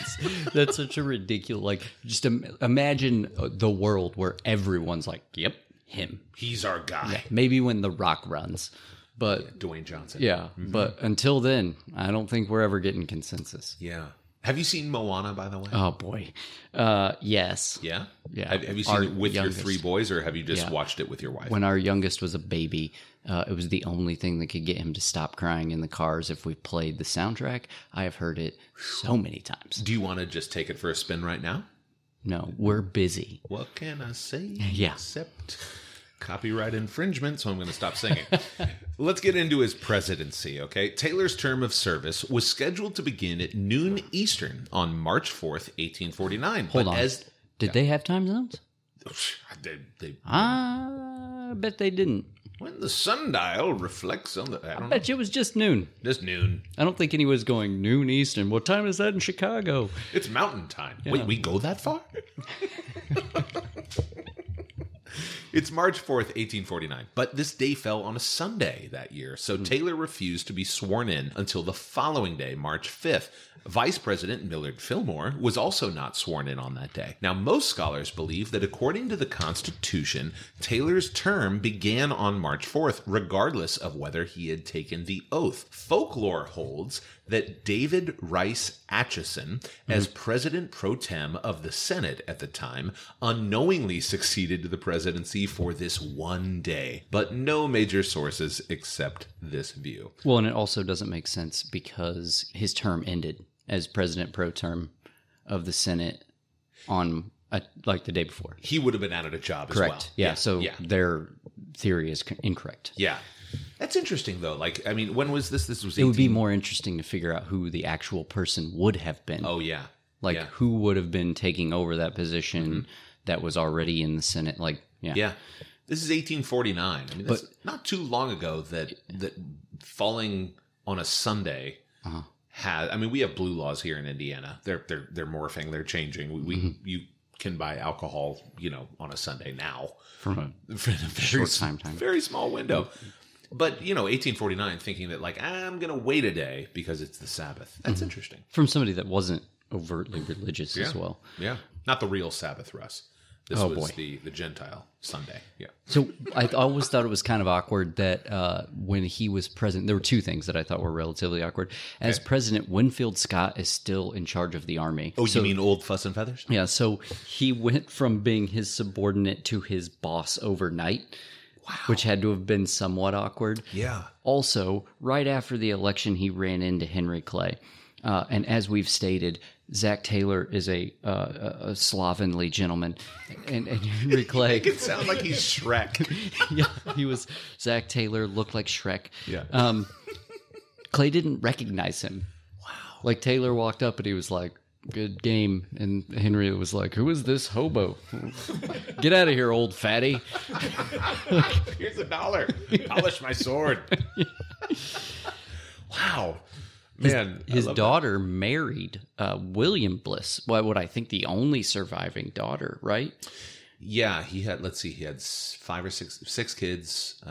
S1: That's such a ridiculous, like, just Im- imagine uh, the world where everyone's like, yep, him.
S2: He's our guy,
S1: Maybe when The Rock runs. But
S2: Dwayne Johnson.
S1: Yeah, but until then, I don't think we're ever getting consensus.
S2: Yeah. Have you seen Moana, by the way?
S1: Oh boy, uh, yes.
S2: yeah.
S1: Yeah.
S2: Have, have you seen
S1: Our
S2: it with
S1: youngest.
S2: your three boys, or have you just
S1: Yeah.
S2: watched it with your wife?
S1: When our youngest was a baby, uh, it was the only thing that could get him to stop crying in the cars if we played the soundtrack. I have heard it so many times.
S2: Do you want to just take it for a spin right now?
S1: no, we're busy.
S2: What can I say?
S1: Yeah.
S2: Except copyright infringement, so I'm going to stop singing. Let's get into his presidency, okay? Taylor's term of service was scheduled to begin at noon Eastern on March 4th, 1849.
S1: Hold
S2: but
S1: on.
S2: As,
S1: Did they have time zones?
S2: they, they,
S1: I bet they didn't.
S2: when the sundial reflects on the. I don't know.
S1: Bet you it was just noon.
S2: It's noon.
S1: I don't think anyone's going noon Eastern. What time is that in Chicago?
S2: It's mountain time. Wait, we go that far? it's March 4th, 1849, but this day fell on a Sunday that year, so Taylor refused to be sworn in until the following day, March 5th. Vice President Millard Fillmore was also not sworn in on that day. Now, most scholars believe that according to the Constitution, Taylor's term began on March 4th, regardless of whether he had taken the oath. Folklore holds that David Rice Atchison,
S1: Mm-hmm.
S2: as president pro tem of the Senate at the time, unknowingly succeeded to the presidency for this one day, but no major sources accept this view.
S1: Well, and it also doesn't make sense because his term ended as president pro term of the Senate on uh, like the day before.
S2: He would have been out of a job
S1: Correct.
S2: as well.
S1: yeah, So
S2: yeah.
S1: their theory is c- incorrect.
S2: Yeah. That's interesting though. Like I mean, when was this? This was
S1: It would be more interesting to figure out who the actual person would have been.
S2: Oh yeah.
S1: like
S2: yeah. Mm-hmm.
S1: who would have been taking over that position that was already in the Senate? Like, yeah.
S2: Yeah. This is 1849. I mean, that's not too long ago that that falling on a Sunday
S1: Uh-huh.
S2: has. I mean, we have blue laws here in Indiana. They're they're they're morphing. They're changing. We, we
S1: Mm-hmm.
S2: you can buy alcohol, you know, on a Sunday now.
S1: From a,
S2: For a very,
S1: Short time, time.
S2: very small window. But you know, 1849, thinking that like I'm gonna wait a day because it's the Sabbath. That's interesting.
S1: from somebody that wasn't overtly religious Mm-hmm. as
S2: Yeah.
S1: well.
S2: Yeah, not the real Sabbath, Russ. This
S1: Oh,
S2: was
S1: boy.
S2: the the Gentile Sunday. Yeah.
S1: So I always thought it was kind of awkward that uh, when he was president, there were two things that I thought were relatively awkward. As president, Winfield Scott is still in charge of the army.
S2: Oh,
S1: So-
S2: you mean old fuss and feathers?
S1: Yeah, so he went from being his subordinate to his boss overnight, which had to have been somewhat awkward.
S2: Yeah.
S1: Also, right after the election, he ran into Henry Clay. Uh, and as we've stated, Zach Taylor is a, uh, a- a slovenly gentleman. And, and Henry Clay,
S2: It sounds like he's Shrek.
S1: yeah, he was Zach Taylor, looked like Shrek.
S2: Yeah.
S1: Um, Clay didn't recognize him. Wow. Like Taylor walked up and he was like, good game. And Henry was like, who is this hobo? Get out of here, old fatty.
S2: Here's a dollar. Polish my sword. wow. Man. I
S1: his
S2: love
S1: daughter married uh, William Bliss. Why would I think the only surviving daughter, right?
S2: that. Yeah, he had, let's see, he had s- five or six six kids. Uh,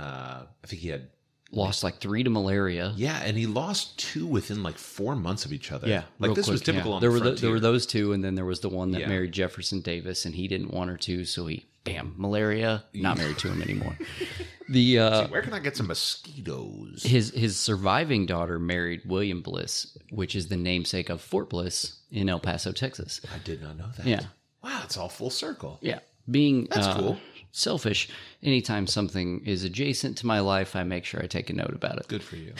S2: I think he had,
S1: Lost like three to malaria.
S2: yeah, and he lost two within like four months of each other. Like
S1: real
S2: this was
S1: quick,
S2: typical
S1: yeah.
S2: on
S1: there
S2: the
S1: were
S2: frontier.
S1: there were those two, and then there was the one that
S2: Yeah.
S1: married Jefferson Davis, and he didn't want her to, so he bam malaria. Not married to him anymore. The uh,
S2: Where can I get some mosquitoes?
S1: his his surviving daughter married William Bliss, which is the namesake of Fort Bliss in El Paso, Texas.
S2: I did not know that.
S1: Yeah.
S2: Wow, it's all full circle.
S1: Yeah. Being
S2: That's
S1: uh,
S2: cool.
S1: selfish, anytime something is adjacent to my life, I make sure I take a note about it.
S2: Good for you.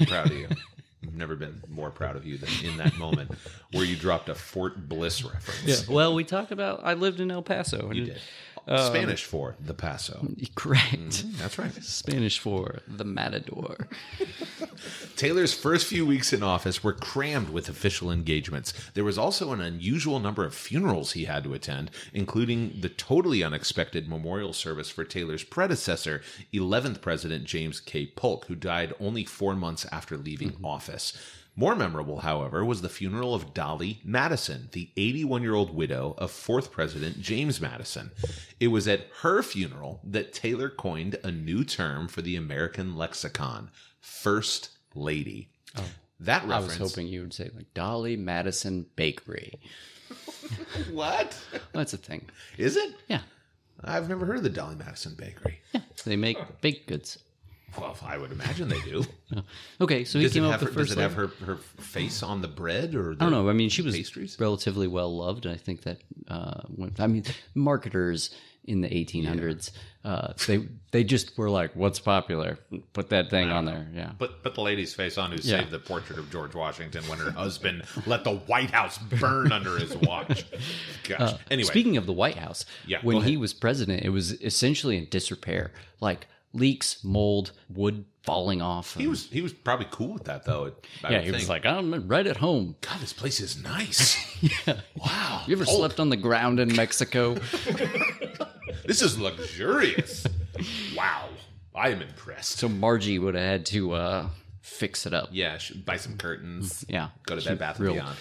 S2: I'm proud of you. I've never been more proud of you than in that moment where you dropped a Fort Bliss reference.
S1: well, we talked about I lived in El Paso. and-
S2: You did. Spanish for the Paso.
S1: Correct.
S2: That's right.
S1: Spanish for the matador.
S2: Taylor's first few weeks in office were crammed with official engagements. There was also an unusual number of funerals he had to attend, including the totally unexpected memorial service for Taylor's predecessor, 11th President James K. Polk, who died only four months after leaving office. More memorable, however, was the funeral of Dolly Madison, the 81 year old widow of fourth President James Madison. It was at her funeral that Taylor coined a new term for the American lexicon First Lady. That
S1: Oh. I was
S2: reference.
S1: hoping you would say like Dolly Madison Bakery.
S2: What?
S1: That's a thing.
S2: Is it?
S1: Yeah.
S2: I've never heard of the Dolly Madison Bakery.
S1: They make baked goods.
S2: Well, I would imagine they do.
S1: Okay, so he
S2: Does it
S1: came
S2: have,
S1: up
S2: her,
S1: with the
S2: does
S1: first
S2: it have
S1: lady.
S2: her, her face on the bread or the
S1: I don't know. I mean, she was
S2: pastries?
S1: relatively well loved, and I think that uh, went. I mean, marketers in the 1800s. Uh, they they just were like, "What's popular? Put that thing on there." Yeah.
S2: Put, put the lady's face on who
S1: Yeah.
S2: saved the portrait of George Washington when her husband let the White House burn under his watch. Gosh. anyway,
S1: Uh, Speaking of the White House,
S2: Yeah, go
S1: when he
S2: ahead.
S1: was president, it was essentially in disrepair, like leaks, mold, wood falling off.
S2: he was he was probably cool with that though. I
S1: yeah,
S2: would
S1: he was
S2: think.
S1: like, "I'm right at home."
S2: God, this place is nice. Wow.
S1: You ever
S2: Oh,
S1: slept on the ground in Mexico?
S2: This is luxurious. wow. I am impressed.
S1: so Margie would have had to uh, fix it up.
S2: yeah, sh- buy some curtains.
S1: Yeah.
S2: Go to Bed Bath and
S1: Real
S2: Beyond.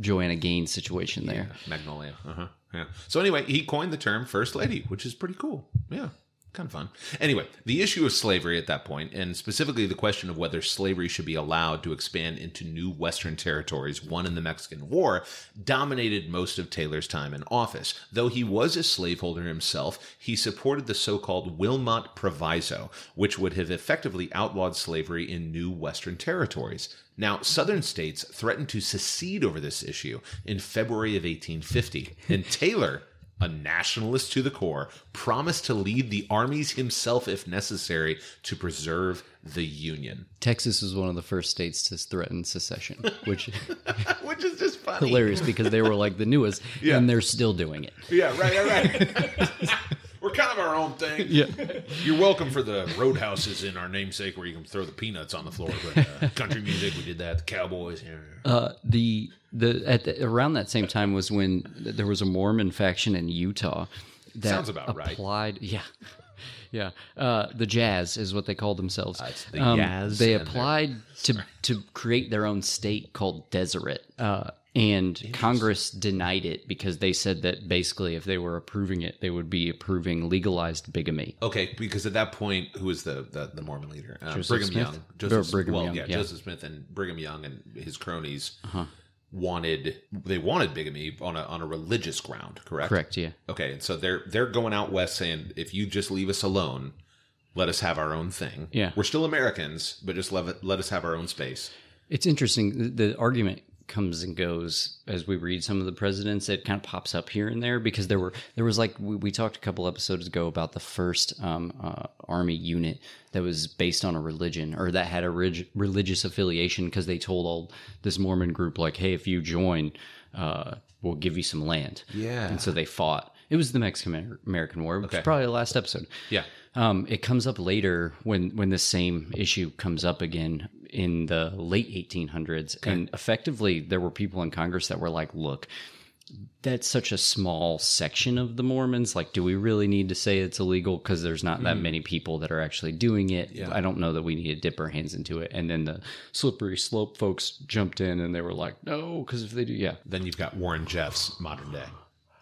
S1: Joanna Gaines situation there.
S2: Magnolia. Uh-huh. Yeah. So anyway, he coined the term first lady, which is pretty cool. Yeah. Kind of fun. Anyway, the issue of slavery at that point, and specifically the question of whether slavery should be allowed to expand into new Western territories won in the Mexican War, dominated most of Taylor's time in office. Though he was a slaveholder himself, he supported the so called Wilmot Proviso, which would have effectively outlawed slavery in new Western territories. Now, Southern states threatened to secede over this issue in February of 1850, and Taylor, a nationalist to the core, promised to lead the armies himself if necessary to preserve the Union.
S1: Texas was one of the first states to threaten secession, which
S2: Which is just funny.
S1: hilarious because they were like the newest and they're still doing it.
S2: Yeah, right, right, right. We're kind of our own thing.
S1: Yeah.
S2: You're welcome for the roadhouses in our namesake where you can throw the peanuts on the floor. But uh, country music, we did that. The Cowboys. Yeah.
S1: Uh, the the at the, around that same time was when th- there was a Mormon faction in Utah that
S2: Sounds about right.
S1: applied, Yeah, yeah. Uh, the Jazz is what they called themselves. Um,
S2: it's the Yaz
S1: They
S2: and their-
S1: applied to to create their own state called Deseret. Uh, and Congress denied it because they said that basically, if they were approving it, they would be approving legalized bigamy.
S2: Okay, because at that point, who was the the, the Mormon leader? Um,
S1: Joseph
S2: Brigham
S1: Smith?
S2: Young. Joseph,
S1: Or Brigham
S2: well,
S1: Young,
S2: yeah,
S1: yeah. Uh-huh.
S2: Joseph Smith and Brigham Young and his cronies wanted they wanted bigamy on a on a religious ground, correct?
S1: Correct? Yeah.
S2: Okay, and so they're they're going out west saying, if you just leave us alone, let us have our own thing.
S1: Yeah.
S2: we're still Americans, but just let let us have our own space.
S1: It's interesting. th- The argument comes and goes as we read some of the presidents. It kind of pops up here and there because there were there was like we, we talked a couple episodes ago about the first um, uh, army unit that was based on a religion or that had a rig- religious affiliation because they told all this Mormon group like, hey, if you join, uh, we'll give you some land.
S2: Yeah.
S1: and so they fought. It was the Mexican American War, which is probably the last episode.
S2: Yeah.
S1: Um, it comes up later when when this same issue comes up again in the late 1800s, and effectively there were people in Congress that were like, "Look, that's such a small section of the Mormons. Like, do we really need to say it's illegal? Because there's not that many people that are actually doing it. I don't know that we need to dip our hands into it." And then the slippery slope folks jumped in, and they were like, "No, because if they do, yeah,
S2: Then you've got Warren Jeffs, modern day.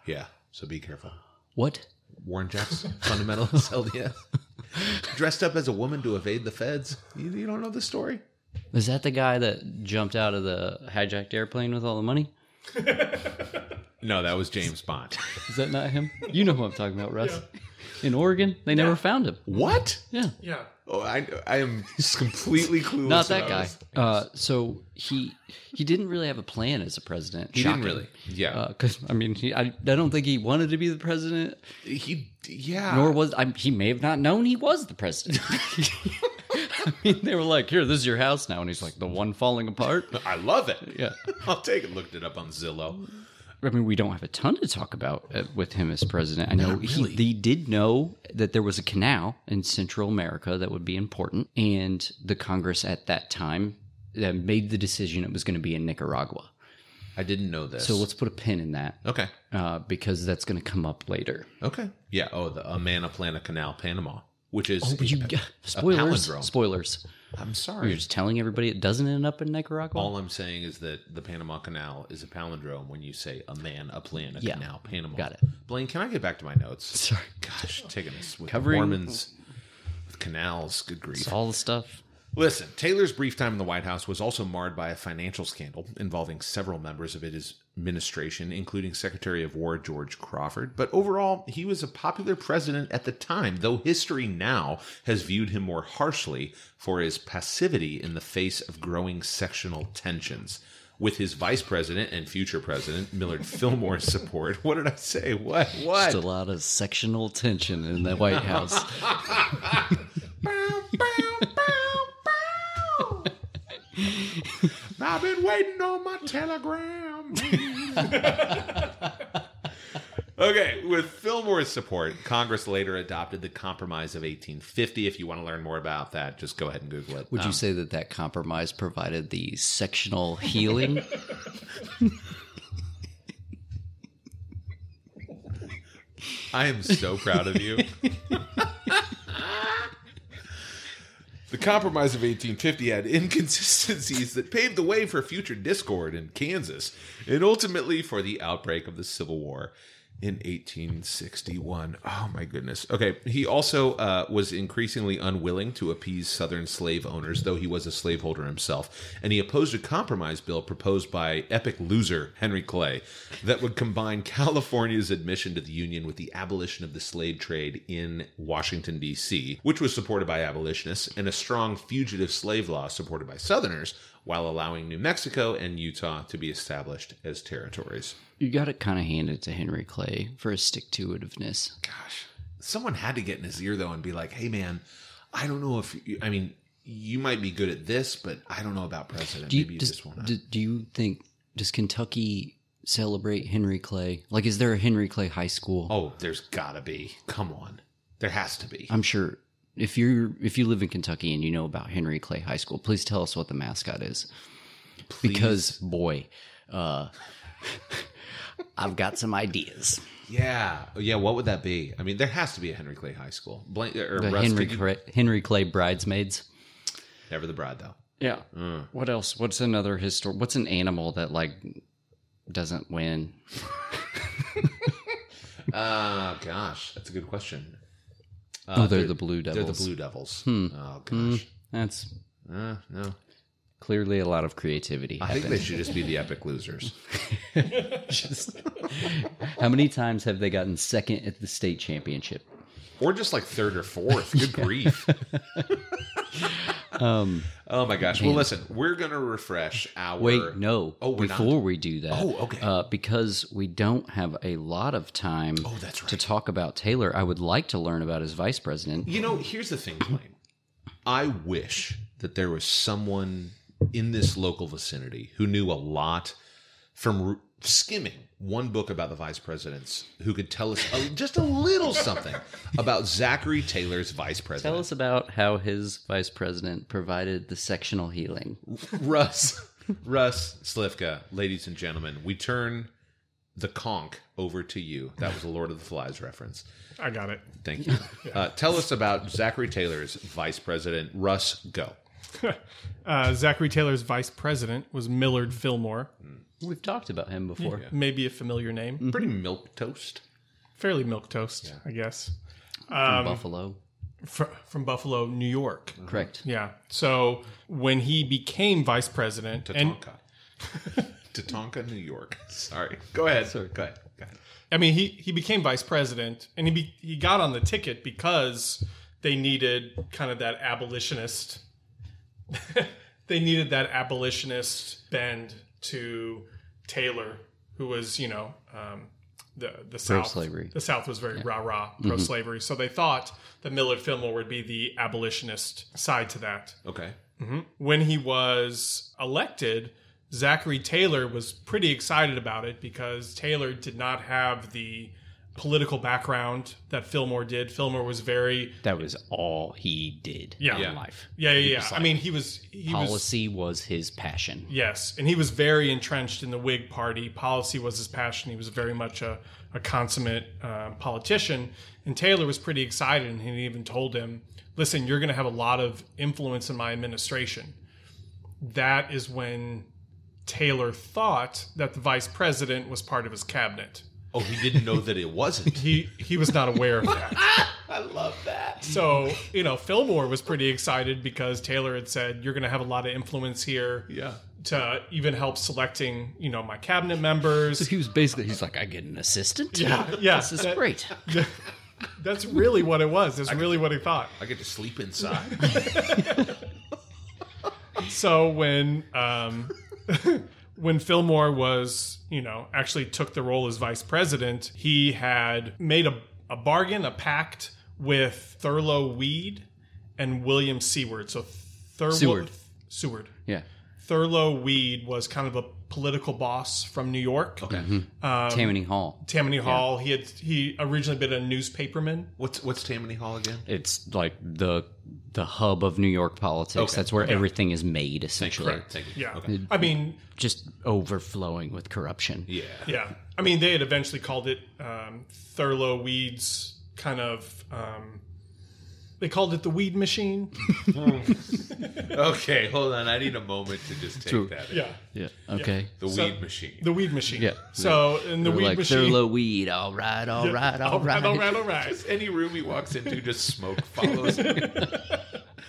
S2: Yeah, so be careful.
S1: what?"
S2: Warren Jeffs, fundamentalist LDS, dressed up as a woman to evade the feds. You, you don't know this story?
S1: Is that the guy that jumped out of the hijacked airplane with all the money?
S2: No, that was James Bond.
S1: Is that not him? You know who I'm talking about, Russ. In Oregon, they never found him.
S2: what?
S1: Yeah.
S3: Yeah.
S2: Oh, I I am just completely clueless.
S1: Not that
S2: about
S1: guy.
S2: this.
S1: Uh, so he he didn't really have a plan as a president.
S2: He didn't really. Yeah.
S1: Because I mean, he, I, I don't think he wanted to be the president,
S2: he. Yeah.
S1: nor was I, he may have not known he was the president. I mean, they were like, "Here, this is your house now," and he's like, "The one falling apart."
S2: I love it.
S1: Yeah.
S2: I'll take it. Looked it up on Zillow.
S1: I mean, we don't have a ton to talk about uh, with him as president. I know he, he did know that there was a canal in Central America that would be important, and the Congress at that time that made the decision it was going to be in Nicaragua.
S2: I didn't know this.
S1: So let's put a pin in that
S2: Okay.
S1: uh, because that's going to come up later.
S2: Okay. Yeah. Oh, the Amana Plana Canal, Panama, which is.
S1: But Oh, you, spoilers,
S2: palindrome.
S1: spoilers.
S2: I'm
S1: You're
S2: sorry.
S1: just telling everybody it doesn't end up in Nicaragua.
S2: All I'm saying is that the Panama Canal is a palindrome when you say a man, a plan, a
S1: Yeah.
S2: canal, Panama.
S1: Got it.
S2: Blaine, can I get back to my notes?
S1: Sorry.
S2: Gosh, taking us with
S1: Covering-
S2: Mormons, with canals. Good grief.
S1: It's all the stuff.
S2: Listen, Taylor's brief time in the White House was also marred by a financial scandal involving several members of his administration, including Secretary of War George Crawford. But overall, he was a popular president at the time, though history now has viewed him more harshly for his passivity in the face of growing sectional tensions. with his vice president and future president Millard Fillmore's support. What did I say? What? What?
S1: Just a lot of sectional tension in the White House.
S2: I've been waiting on my telegram. okay, with Fillmore's support, Congress later adopted the Compromise of 1850. If you want to learn more about that, just go ahead and Google it.
S1: Would you say that that compromise provided the sectional healing?
S2: I am so proud of you. the Compromise of 1850 had inconsistencies that paved the way for future discord in Kansas and ultimately for the outbreak of the Civil War in 1861. Oh my goodness. Okay, he also uh, was increasingly unwilling to appease Southern slave owners, though he was a slaveholder himself, and he opposed a compromise bill proposed by epic loser Henry Clay that would combine California's admission to the Union with the abolition of the slave trade in Washington, D.C., which was supported by abolitionists, and a strong fugitive slave law supported by Southerners, while allowing New Mexico and Utah to be established as territories.
S1: you got to kind of hand it to Henry Clay for his stick to itiveness.
S2: gosh, someone had to get in his ear though and be like, "Hey, man, I don't know if you, I mean you might be good at this, but I don't know about president.
S1: Do you,
S2: Maybe you
S1: does-
S2: just want to."
S1: do, do you think does Kentucky celebrate Henry Clay? Like, is there a Henry Clay High School?
S2: Oh, there's gotta be. Come on, there has to be.
S1: I'm sure if you're if you live in Kentucky and you know about Henry Clay High School, please tell us what the mascot is. Because boy, uh, I've got some ideas.
S2: yeah, yeah. What would that be? I mean, there has to be a Henry Clay High School. Blank or
S1: The
S2: Russ,
S1: Henry
S2: could you-
S1: Clay, Henry Clay bridesmaids.
S2: never the bride though.
S1: Yeah. What else? What's another histor? What's an animal that like doesn't win?
S2: Ah, gosh, that's a good question. Uh,
S1: oh, they're, the blue devils. Hmm.
S2: They're the Blue Devils. Oh gosh,
S1: That's
S2: Uh, no.
S1: clearly a lot of creativity.
S2: I think they should just be the epic losers.
S1: How many times have they gotten second at the state championship?
S2: or just like third or fourth. Good grief. oh my gosh. Well, listen, we're gonna refresh our.
S1: Um, Wait, no.
S2: Oh, we're
S1: before
S2: not.
S1: we do that.
S2: Oh, okay.
S1: Uh, because we don't have a lot of time
S2: Oh, that's right.
S1: to talk about Taylor, I would like to learn about his vice president.
S2: You know, here's the thing, Blaine. I wish that there was someone in this local vicinity who knew a lot from r- skimming one book about the vice presidents who could tell us a, just a little something about Zachary Taylor's vice president.
S1: Tell us about how his vice president provided the sectional healing.
S2: Russ, Russ Slivka, ladies and gentlemen, we turn the conch over to you. That was a Lord of the Flies reference.
S3: I got it.
S2: Thank you. Uh, tell us about Zachary Taylor's vice president. Russ, go.
S3: Uh, Zachary Taylor's vice president was Millard Fillmore.
S1: We've talked about him before.
S3: Maybe a familiar name.
S2: Pretty milk toast.
S3: Fairly milk toast, I guess.
S1: From Buffalo.
S3: Fr- from Buffalo, New York.
S1: Correct.
S3: Yeah. So when he became vice president, and
S2: Tatanka. Tatanka, New York. Sorry. Go ahead. Go ahead. Go ahead.
S3: I mean, he, he became vice president, and he be, he got on the ticket because they needed kind of that abolitionist. they needed that abolitionist bend to Taylor, who was you know um, the the South
S1: slavery.
S3: The South was very rah rah pro slavery, so they thought that Millard Fillmore would be the abolitionist side to that.
S2: Okay.
S3: When he was elected, Zachary Taylor was pretty excited about it because Taylor did not have the political background that Fillmore did. Fillmore was very
S1: That was all he did
S3: Yeah.
S1: in
S3: Yeah.
S1: life.
S3: yeah yeah yeah. I mean, he was he was
S1: Policy was his passion.
S3: Yes, and he was very entrenched in the Whig Party. Policy was his passion. He was very much a, a consummate uh, politician. And Taylor was pretty excited, and he even told him, Listen, you're going to have a lot of influence in my administration. That is when Taylor thought that the vice president was part of his cabinet.
S2: Oh, he didn't know that it wasn't.
S3: He, he was not aware of that.
S2: I love that.
S3: So, you know, Fillmore was pretty excited because Taylor had said, You're going to have a lot of influence here
S2: Yeah.
S3: to even help selecting, you know, my cabinet members.
S1: He was basically, he's like, I get an assistant?
S3: Yeah, yeah.
S1: This is
S3: that-
S1: great.
S3: That's really what it was. That's really what he thought.
S2: I get to sleep inside.
S3: So when um, when Fillmore was, you know, actually took the role as vice president, he had made a, a bargain, a pact with Thurlow Weed and William Seward. So Thurlow
S1: Seward.
S3: Seward.
S1: Yeah.
S3: Thurlow Weed was kind of a political boss from New York. Okay.
S1: Tammany Hall.
S3: Tammany Hall. He had he originally been a newspaperman.
S2: What's what's Tammany Hall again?
S1: It's like the the hub of New York politics. That's where everything is made, essentially.
S2: Thank you.
S3: Yeah. I mean,
S1: Just overflowing with corruption.
S2: Yeah.
S3: yeah. I mean, they had eventually called it um, Thurlow Weed's kind of. Um, they called it the weed machine.
S2: Okay, hold on. I need a moment to just take that. In.
S3: Yeah.
S1: Yeah. Okay.
S2: The
S3: So-
S2: weed machine.
S3: The weed machine.
S1: Yeah.
S3: So, and the
S1: We're
S3: weed
S1: like
S3: machine.
S1: Thurlow weed. All right. All right.
S3: all right, all right, all right.
S2: Just any room he walks into, just smoke follows. him.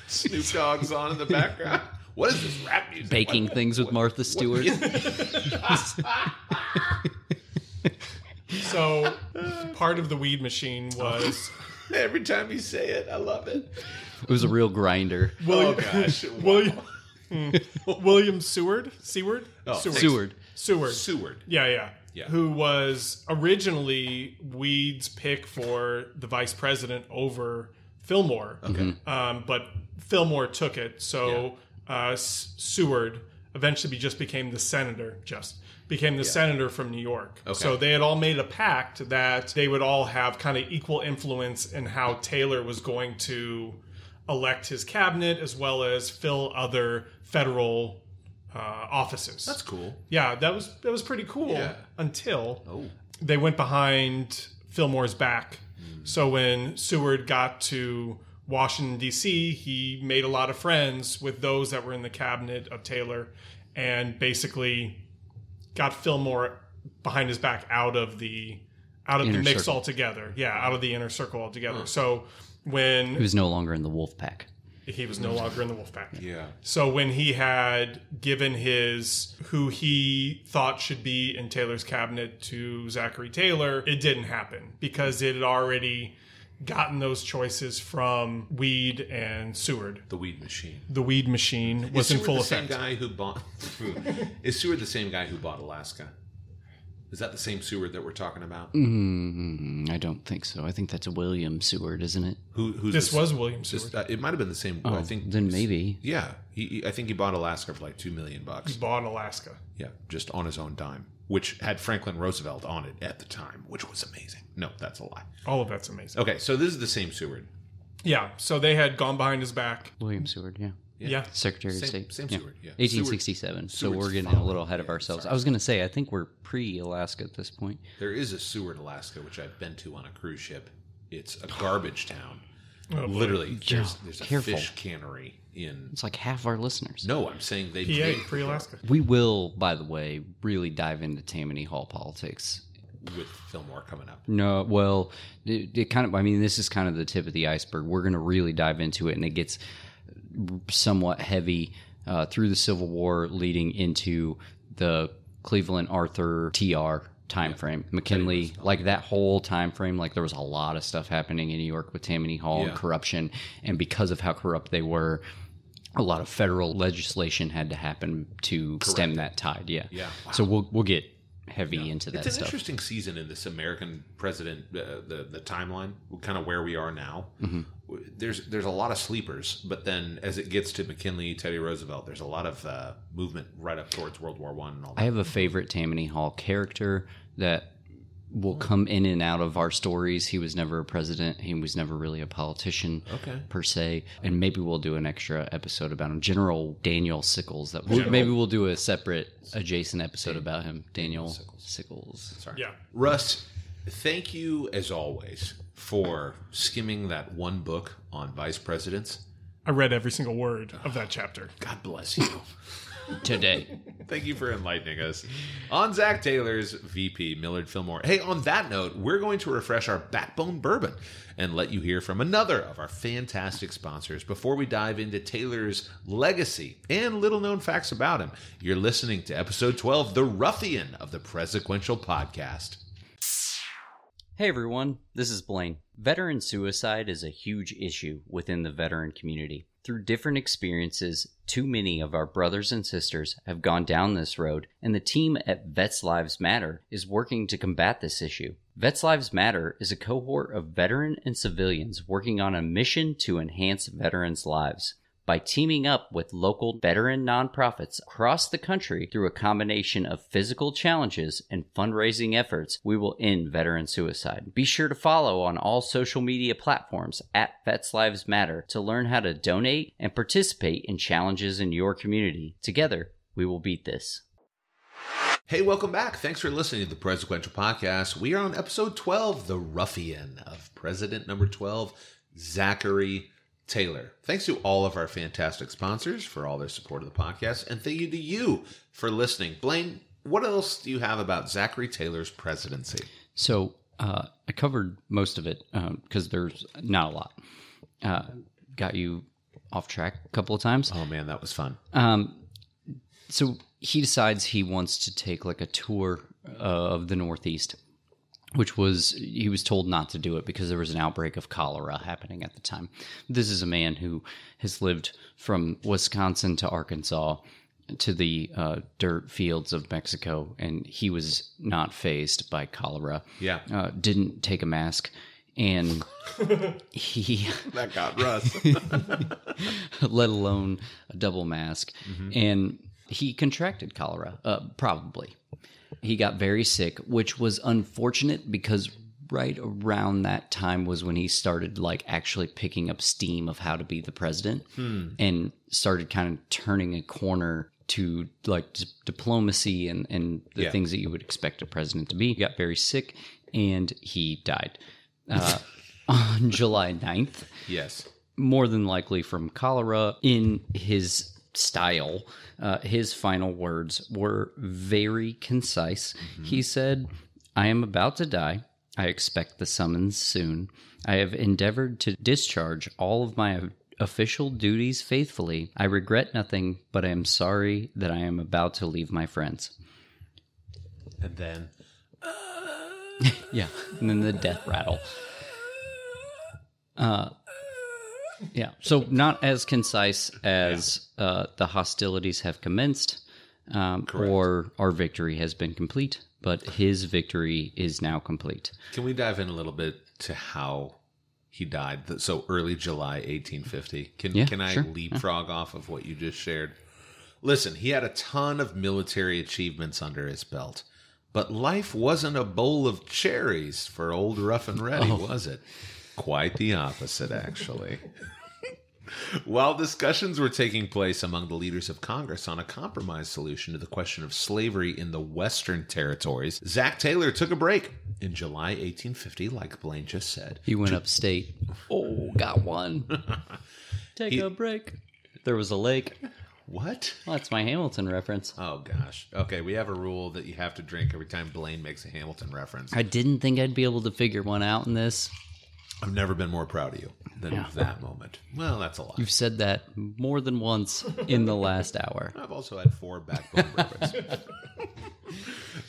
S2: Snoop Dogg's on in the background. What is this rap music?
S1: Baking things with Martha Stewart.
S3: So, part of the weed machine
S2: Oh,
S3: was
S2: Every time you say it, I love it.
S1: It was a real grinder.
S2: Oh gosh,
S3: William, Mm. William Seward. Seward? Seward.
S1: Seward.
S3: Seward.
S2: Oh, Seward.
S3: Yeah, yeah.
S2: Yeah.
S3: Who was originally Weed's pick for the vice president over Fillmore. Okay. Um, but Fillmore took it. So uh, S- Seward eventually be- just became the senator, just became the senator from New York. Okay. So they had all made a pact that they would all have kind of equal influence in how Taylor was going to elect his cabinet as well as fill other federal uh, offices.
S2: That's cool.
S3: Yeah, that was that was pretty cool.
S2: Yeah.
S3: Until
S1: Oh.
S3: they went behind Fillmore's back.
S1: Mm.
S3: So when Seward got to Washington D.C., he made a lot of friends with those that were in the cabinet of Taylor, and basically got Fillmore behind his back out of the out of the
S1: Inner
S3: mix
S1: circle.
S3: altogether. Yeah, out of the inner circle altogether. So when
S1: He was no longer in the wolf pack.
S3: he was no longer in the wolf pack.
S2: Yeah.
S3: So when he had given his who he thought should be in Taylor's cabinet to Zachary Taylor, it didn't happen because it had already gotten those choices from Weed and Seward.
S2: The weed machine.
S3: The Weed machine was in
S2: Seward
S3: full
S2: the
S3: effect.
S2: Same guy who bought. is Seward the same guy who bought Alaska? Is that the same Seward that we're talking about?
S1: Mm, I don't think so. I think that's William Seward, isn't it?
S2: Who? Who's
S3: This was William Seward.
S2: this- uh, it might have been the same.
S1: Oh.
S2: I think.
S1: Then maybe.
S2: Yeah, he, he- I think he bought Alaska for like two million bucks.
S3: bought Alaska.
S2: Yeah, just on his own dime, which had Franklin Roosevelt on it at the time, which was amazing. No, that's a lie.
S3: All of that's amazing.
S2: Okay, so this is the same Seward.
S3: Yeah. So they had gone behind his back.
S1: William Seward, yeah.
S3: Yeah.
S1: Secretary
S2: Same-
S1: of State.
S2: same
S1: yeah.
S2: Seward, yeah.
S1: 1867. so
S2: Seward's
S1: we're getting a
S2: father.
S1: little ahead of ourselves. I was going to say, I think we're pre Alaska at this point.
S2: There is a Seward, Alaska, which I've been to on a cruise ship. It's a garbage town.
S3: Oh,
S2: Literally, there's, there's a
S1: careful.
S2: fish cannery in.
S1: It's like half our listeners.
S2: No, I'm saying they
S3: PA,
S2: paid
S3: pre Alaska.
S1: We will, by the way, really dive into Tammany Hall politics.
S2: with Fillmore coming up.
S1: No, well, it, it kind of, I mean, this is kind of the tip of the iceberg. We're going to really dive into it, and it gets somewhat heavy uh, through the Civil War leading into the Cleveland Arthur TR time frame. McKinley, like that whole time frame, like there was a lot of stuff happening in New York with Tammany Hall
S2: Yeah.
S1: and corruption, and because of how corrupt they were, a lot of federal legislation had to happen to stem that tide. Yeah.
S2: Yeah.
S1: So we'll we'll get heavy into that
S2: It's an
S1: stuff.
S2: interesting season in this American president, uh, the the timeline, kind of where we are now. W- There's there's a lot of sleepers, but then as it gets to McKinley, Teddy Roosevelt, there's a lot of uh, movement right up towards World War One and all
S1: I
S2: that.
S1: have a favorite Tammany Hall character that will come in and out of our stories. He was never a president. He was never really a politician
S2: Okay.
S1: per se. And maybe we'll do an extra episode about him. General Daniel Sickles. That maybe we'll do a separate adjacent episode about him. Daniel Sickles.
S2: Sorry.
S3: Yeah.
S2: Russ, thank you as always for skimming that one book on vice presidents.
S3: I read every single word of that chapter.
S2: God bless you.
S1: Today.
S2: Thank you for enlightening us on Zach Taylor's VP Millard Fillmore. Hey, on that note, we're going to refresh our backbone bourbon and let you hear from another of our fantastic sponsors before we dive into Taylor's legacy and little known facts about him. You're listening to episode 12, The Ruffian of the Presequential Podcast.
S1: Hey everyone, this is Blaine. Veteran suicide is a huge issue within the veteran community. Through different experiences, too many of our brothers and sisters have gone down this road, and the team at Vets Lives Matter is working to combat this issue. Vets Lives Matter is a cohort of veteran and civilians working on a mission to enhance veterans' lives by teaming up with local veteran nonprofits across the country through a combination of physical challenges and fundraising efforts, we will end veteran suicide. Be sure to follow on all social media platforms at Vets Lives Matter to learn how to donate and participate in challenges in your community. Together, we will beat this.
S2: Hey, welcome back. Thanks for listening to the Presidential Podcast. We are on episode 12, The Ruffian of President number 12, Zachary Taylor. Thanks to all of our fantastic sponsors for all their support of the podcast, and thank you to you for listening. Blaine, what else do you have about Zachary Taylor's presidency?
S1: So uh, I covered most of it because there's not a lot. Uh, got you off track a couple of times.
S2: Oh man, that was fun.
S1: so he decides he wants to take like a tour uh, of the Northeast, which was he was told not to do it because there was an outbreak of cholera happening at the time. This is a man who has lived from Wisconsin to Arkansas to the uh, dirt fields of Mexico, and he was not phased by cholera.
S2: Yeah.
S1: uh, didn't take a mask, and he
S2: That got Russ.
S1: let alone a double mask. And he contracted cholera, uh, probably. He got very sick, which was unfortunate because right around that time was when he started like actually picking up steam of how to be the president and started kind of turning a corner to like d- diplomacy and, and the
S2: Yeah.
S1: things that you would expect a president to be. He got very sick and he died uh, on July 9th
S2: yes.
S1: more than likely from cholera in his style uh, his final words were very concise he said i am about to die i expect the summons soon i have endeavored to discharge all of my official duties faithfully i regret nothing but i am sorry that i am about to leave my friends
S2: And then
S1: Yeah, and then the death rattle. Uh, yeah, so not as concise as uh, the hostilities have commenced, um, or our victory has been complete, but his victory is now complete.
S2: Can we dive in a little bit to how he died? Th- So early July 1850. Can
S1: Yeah,
S2: can I
S1: sure.
S2: leapfrog off of what you just shared? Listen, he had a ton of military achievements under his belt, but life wasn't a bowl of cherries for old Rough and Ready,
S1: Oh.
S2: was it? Quite the opposite, actually. While discussions were taking place among the leaders of Congress on a compromise solution to the question of slavery in the Western territories, Zach Taylor took a break. In July 1850, like Blaine just said,
S1: He went upstate. Oh, got one. Take a break. There was a lake.
S2: what?
S1: Well, that's my Hamilton reference.
S2: Oh gosh. Okay, we have a rule that you have to drink every time Blaine makes a Hamilton reference.
S1: I didn't think I'd be able to figure one out in this.
S2: I've never been more proud of you than that moment. Well, that's a lot.
S1: You've said that more than once in the last hour.
S2: I've also had four backbone bourbons.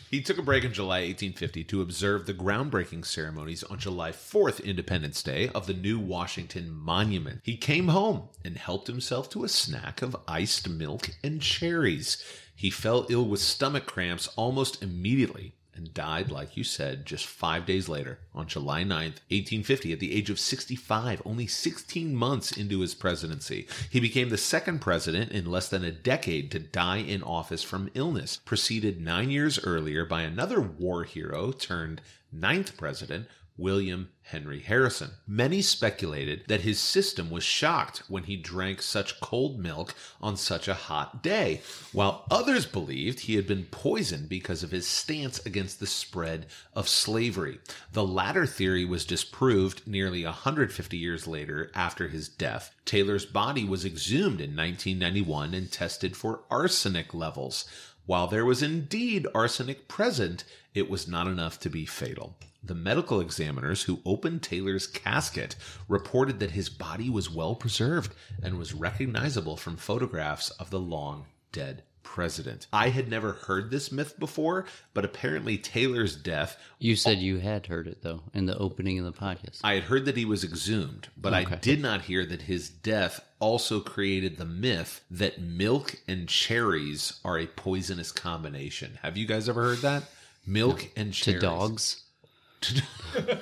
S2: he took a break in July 1850 to observe the groundbreaking ceremonies on July 4th, Independence Day, of the new Washington Monument. He came home and helped himself to a snack of iced milk and cherries. He fell ill with stomach cramps almost immediately and died, like you said, just five days later on July 9th, 1850, at the age of 65, only 16 months into his presidency. He became the second president in less than a decade to die in office from illness, preceded nine years earlier by another war hero turned ninth president. William Henry Harrison. Many speculated that his system was shocked when he drank such cold milk on such a hot day, while others believed he had been poisoned because of his stance against the spread of slavery. The latter theory was disproved nearly 150 years later after his death. Taylor's body was exhumed in 1991 and tested for arsenic levels. While there was indeed arsenic present, it was not enough to be fatal. The medical examiners who opened Taylor's casket reported that his body was well preserved and was recognizable from photographs of the long dead president. I had never heard this myth before, but apparently Taylor's death,
S1: You said you had heard it though in the opening of the podcast.
S2: I had heard that he was exhumed, but I did not hear that his death also created the myth that milk and cherries are a poisonous combination. Have you guys ever heard that? Milk and
S1: to
S2: cherries.
S1: dogs.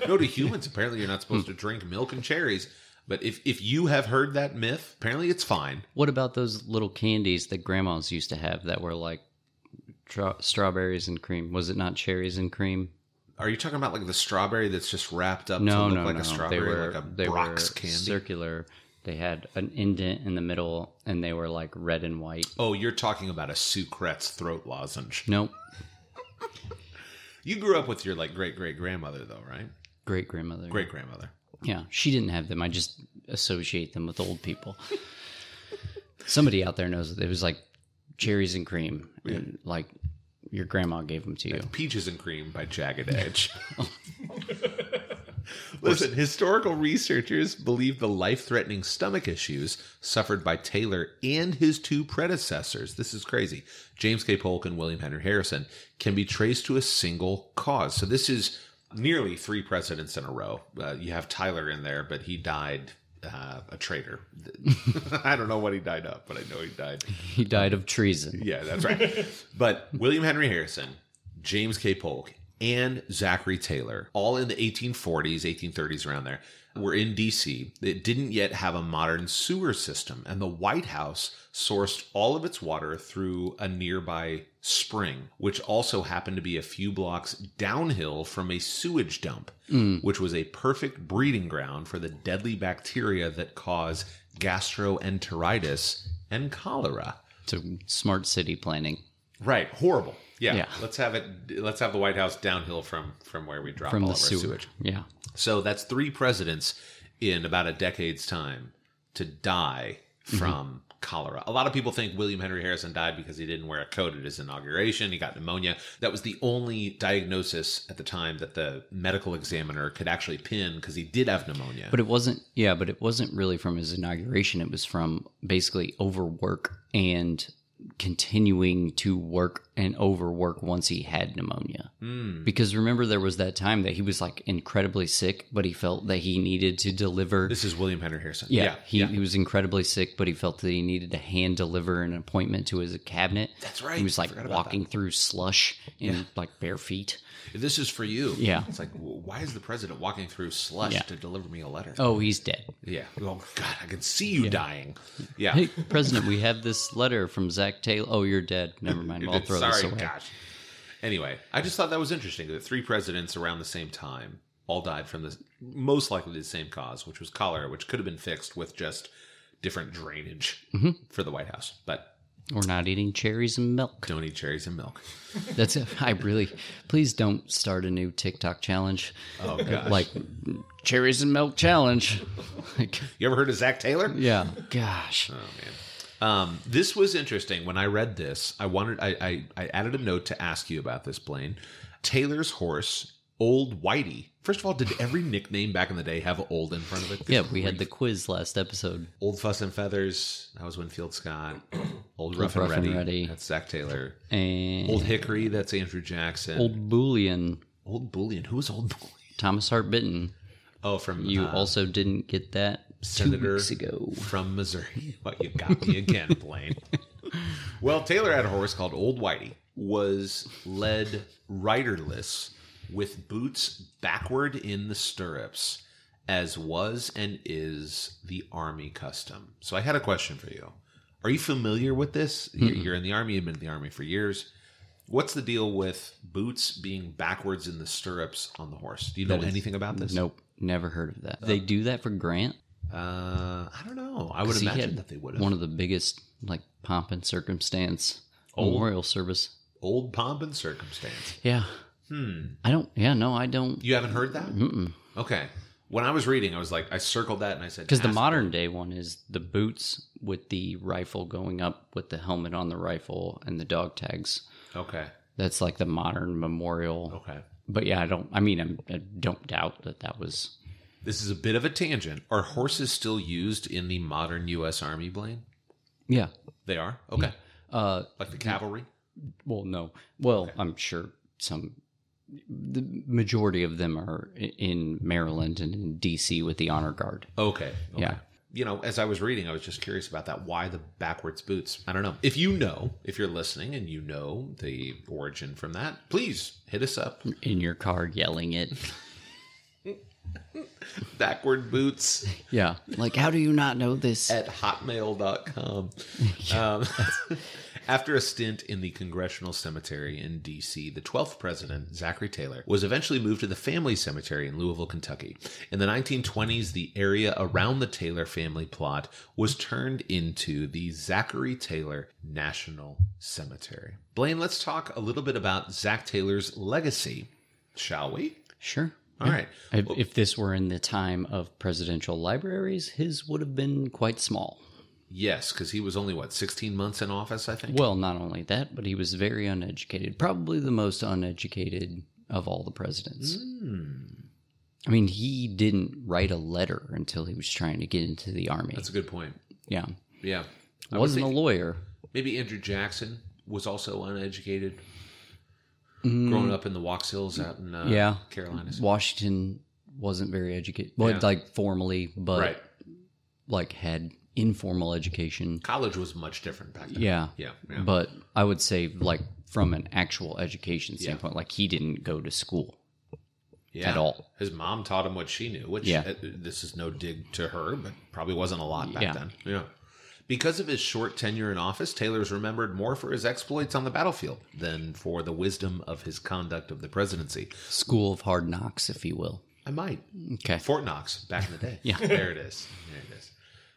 S2: no, to humans. Apparently, you're not supposed to drink milk and cherries. But if, if you have heard that myth, apparently it's fine.
S1: What about those little candies that grandmas used to have that were like tra- strawberries and cream? Was it not cherries and cream?
S2: Are you talking about like the strawberry that's just wrapped up to
S1: No,
S2: look
S1: no,
S2: like
S1: no.
S2: a strawberry,
S1: they were
S2: like a
S1: they
S2: Brock's
S1: were
S2: candy?
S1: circular. They had an indent in the middle, and they were like red and white.
S2: oh, you're talking about a Sucret's throat lozenge.
S1: Nope.
S2: You grew up with your like great great grandmother though, right?
S1: Great grandmother.
S2: Great grandmother.
S1: Yeah, she didn't have them. I just associate them with old people. Somebody out there knows that it was like cherries and cream, and like your grandma gave them to you.
S2: Peaches and Cream by Jagged Edge. Listen, historical researchers believe the life threatening stomach issues suffered by Taylor and his two predecessors, this is crazy, James K. Polk and William Henry Harrison, can be traced to a single cause. So this is nearly three presidents in a row. Uh, you have Tyler in there, but he died uh, a traitor. I don't know what he died of, but I know he died.
S1: He died of treason.
S2: Yeah, that's right. but William Henry Harrison, James K. Polk, and Zachary Taylor, all in the 1840s, 1830s, around there, were in D.C. It didn't yet have a modern sewer system, and the White House sourced all of its water through a nearby spring, which also happened to be a few blocks downhill from a sewage dump, which was a perfect breeding ground for the deadly bacteria that cause gastroenteritis and cholera.
S1: To smart city planning
S2: Right. Horrible. Yeah.
S1: Yeah.
S2: Let's have it. Let's have the White House downhill from from where we drop
S1: from
S2: all
S1: the
S2: of
S1: sewer.
S2: our sewage.
S1: Yeah.
S2: So that's three presidents in about a decade's time to die
S1: Mm-hmm.
S2: from cholera. A lot of people think William Henry Harrison died because he didn't wear a coat at his inauguration. He got pneumonia. That was the only diagnosis at the time that the medical examiner could actually pin because he did have pneumonia.
S1: But it wasn't, yeah, but it wasn't really from his inauguration. It was from basically overwork and continuing to work and overwork once he had pneumonia. Because remember, there was that time that he was like incredibly sick, but he felt that he needed to deliver.
S2: this is William Henry Harrison.
S1: yeah, he, he was incredibly sick, but he felt that he needed to hand deliver an appointment to his cabinet. That's
S2: right.
S1: He was like
S2: Forgot about
S1: walking through slush in like bare feet.
S2: This is for you.
S1: Yeah.
S2: It's like, w- why is the president walking through slush
S1: Yeah.
S2: to deliver me a letter?
S1: Oh, he's dead.
S2: Yeah. Oh God, I can see you dying. Yeah.
S1: Hey, President, we have this letter from Zach Taylor. Oh, you're dead. Never mind. I'll throw
S2: Sorry,
S1: this away.
S2: gosh. Anyway, I just thought that was interesting that three presidents around the same time all died from this most likely the same cause, which was cholera, which could have been fixed with just different drainage
S1: Mm-hmm.
S2: for the White House. But
S1: We're not eating cherries and milk.
S2: don't eat cherries and milk.
S1: That's it. I really. Please don't start a new TikTok challenge.
S2: Oh gosh.
S1: Like cherries and milk challenge. Like,
S2: you ever heard of Zach Taylor?
S1: yeah. Gosh.
S2: Um, this was interesting. When I read this, I wanted I, I I added a note to ask you about this, Blaine. Taylor's horse, Old Whitey. First of all, did every nickname back in the day have old in front of it?
S1: Yeah, we had the quiz last episode.
S2: Old Fuss and Feathers. That was Winfield Scott. Old Rough, and,
S1: Rough and
S2: Ready,
S1: Ready.
S2: That's Zach Taylor.
S1: And
S2: Old Hickory. That's Andrew Jackson. Old,
S1: old Boolean,
S2: Bullion. Who was Old Bullion?
S1: Thomas Hart Benton.
S2: Oh, from
S1: You
S2: uh,
S1: also didn't get that two
S2: Senator
S1: weeks ago.
S2: from Missouri. Well, you got me again, Blaine. well, Taylor had a horse called Old Whitey, was led riderless with boots backward in the stirrups, as was and is the Army custom. So I had a question for you. Are you familiar with this? You're, you're in the Army, you've been in the Army for years. What's the deal with boots being backwards in the stirrups on the horse? Do you know anything about this?
S1: Nope, never heard of that. They do that for Grant.
S2: Uh, I don't know. I would
S1: He
S2: imagine
S1: had
S2: that they would have.
S1: One of the biggest like pomp and circumstance memorial service.
S2: old pomp and circumstance.
S1: Oh. Yeah. Hmm. I don't. Yeah. No, I don't.
S2: You haven't heard that? Mm-mm. Okay. When I was reading, I was like, I circled that and I said,
S1: Because the
S2: "Ask-
S1: modern day one is the boots with the rifle going up with the helmet on the rifle and the dog tags.
S2: Okay.
S1: That's like the modern memorial.
S2: Okay.
S1: But yeah, I don't. I mean, I'm, I don't doubt that that was.
S2: This is a bit of a tangent. Are horses still used in the modern U.S. Army, Blaine?
S1: Yeah.
S2: They are? Okay.
S1: Uh,
S2: like the cavalry.
S1: well, no. Well, I'm sure some the majority of them are i- in Maryland and in D.C. with the Honor Guard.
S2: Okay. okay.
S1: Yeah.
S2: You know, as I was reading, I was just curious about that. Why the backwards boots? I don't know. If you know, if you're listening and you know the origin from that, please hit us up.
S1: In your car, yelling it.
S2: Backward boots
S1: Yeah, Uh, like how do you not know this?
S2: at hotmail.com. Um, after a stint in the Congressional Cemetery in D.C., the 12th president, Zachary Taylor, was eventually moved to the family cemetery in Louisville, Kentucky. In the 1920s, the area around the Taylor family plot was turned into the Zachary Taylor National Cemetery. Blaine, let's talk a little bit about Zach Taylor's legacy, shall we?
S1: Sure.
S2: All right.
S1: If, if this were in the time of presidential libraries, his would have been quite small.
S2: Yes, because he was only, what, 16 months in office, I think?
S1: Well, not only that, but he was very uneducated, probably the most uneducated of all the presidents.
S2: Hmm,
S1: I mean, he didn't write a letter until he was trying to get into the army.
S2: That's a good point.
S1: yeah.
S2: Yeah. I was
S1: Wasn't a lawyer.
S2: Maybe Andrew Jackson was also uneducated, growing up in the Wax Hills out in uh,
S1: Mm. Yeah.
S2: Carolinas.
S1: Washington wasn't very educated. Well,
S2: Yeah.
S1: like formally, but
S2: Right.
S1: like had informal education.
S2: College was much different back then.
S1: Yeah. Mm,
S2: Yeah. yeah.
S1: But I would say, like, from an actual education standpoint, like, he didn't go to school.
S2: Yeah.
S1: at all.
S2: His mom taught him what she knew, which
S1: Yeah.
S2: uh, this is no dig to her, but probably wasn't a lot back
S1: Yeah.
S2: then. Yeah. Because of his short tenure in office, Taylor is remembered more for his exploits on the battlefield than for the wisdom of his conduct of the presidency.
S1: School of hard knocks, if you will.
S2: I might.
S1: Okay.
S2: Fort Knox back in the day. yeah. There it is. There it is.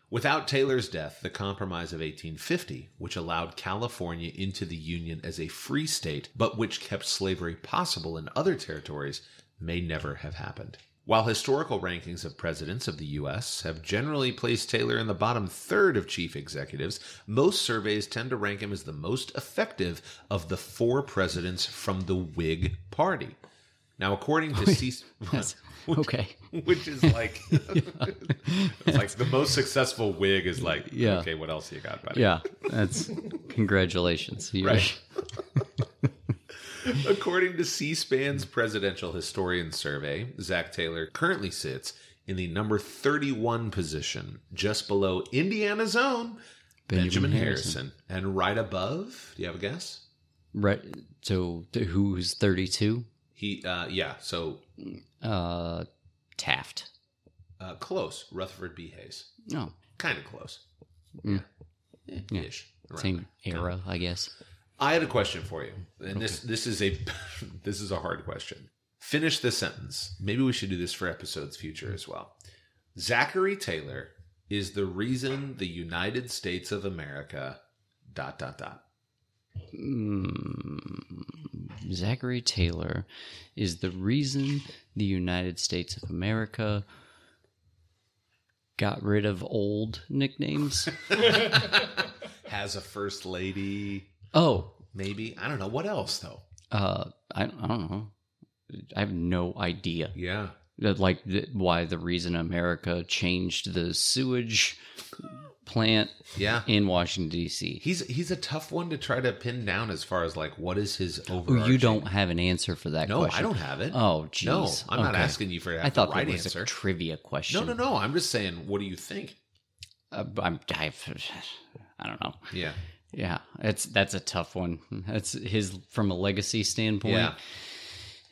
S2: Without Taylor's death, the Compromise of 1850, which allowed California into the Union as a free state, but which kept slavery possible in other territories, may never have happened. While historical rankings of presidents of the U.S. have generally placed Taylor in the bottom third of chief executives, most surveys tend to rank him as the most effective of the four presidents from the Whig Party. Now, according to C-
S1: okay.
S2: which is like it's like the most successful wig is like
S1: Yeah.
S2: okay what else you got buddy
S1: Yeah. That's congratulations. You-
S2: Right. according to c-span's presidential historian survey zach taylor currently sits in the number 31 position just below indiana's own benjamin, harrison. and right above do you have a guess
S1: Right. So th- who's 32?
S2: he uh yeah so
S1: Uh, Taft. Oh,
S2: uh close rutherford b hayes
S1: No.
S2: kind of close
S1: Mm.
S2: Eh, ish around
S1: Same era, I guess.
S2: I had a question for you, and this this is a this is a hard question. Finish this sentence. Maybe we should do this for episodes future as well. Zachary Taylor is the reason the United States of America dot dot dot.
S1: Zachary Taylor is the reason the United States of America got rid of old nicknames.
S2: Has a first lady,
S1: oh,
S2: maybe. I don't know. What else though?
S1: uh, I, I don't know. I have no idea.
S2: Yeah.
S1: That, Like th- why the reason America changed the sewage plant
S2: Yeah.
S1: in Washington D.C.
S2: He's he's a tough one to try to pin down as far as like what is his
S1: Oh,
S2: overall.
S1: you don't have an answer for that
S2: No,
S1: question.
S2: I don't have it.
S1: Oh, jeez.
S2: No, I'm not
S1: Okay.
S2: asking you for that.
S1: I thought
S2: right
S1: that was
S2: answer.
S1: a trivia question.
S2: no, no, no. I'm just saying. What do you think?
S1: Uh, I'm, I've, I don't know.
S2: Yeah.
S1: Yeah, it's that's a tough one. That's his from a legacy standpoint.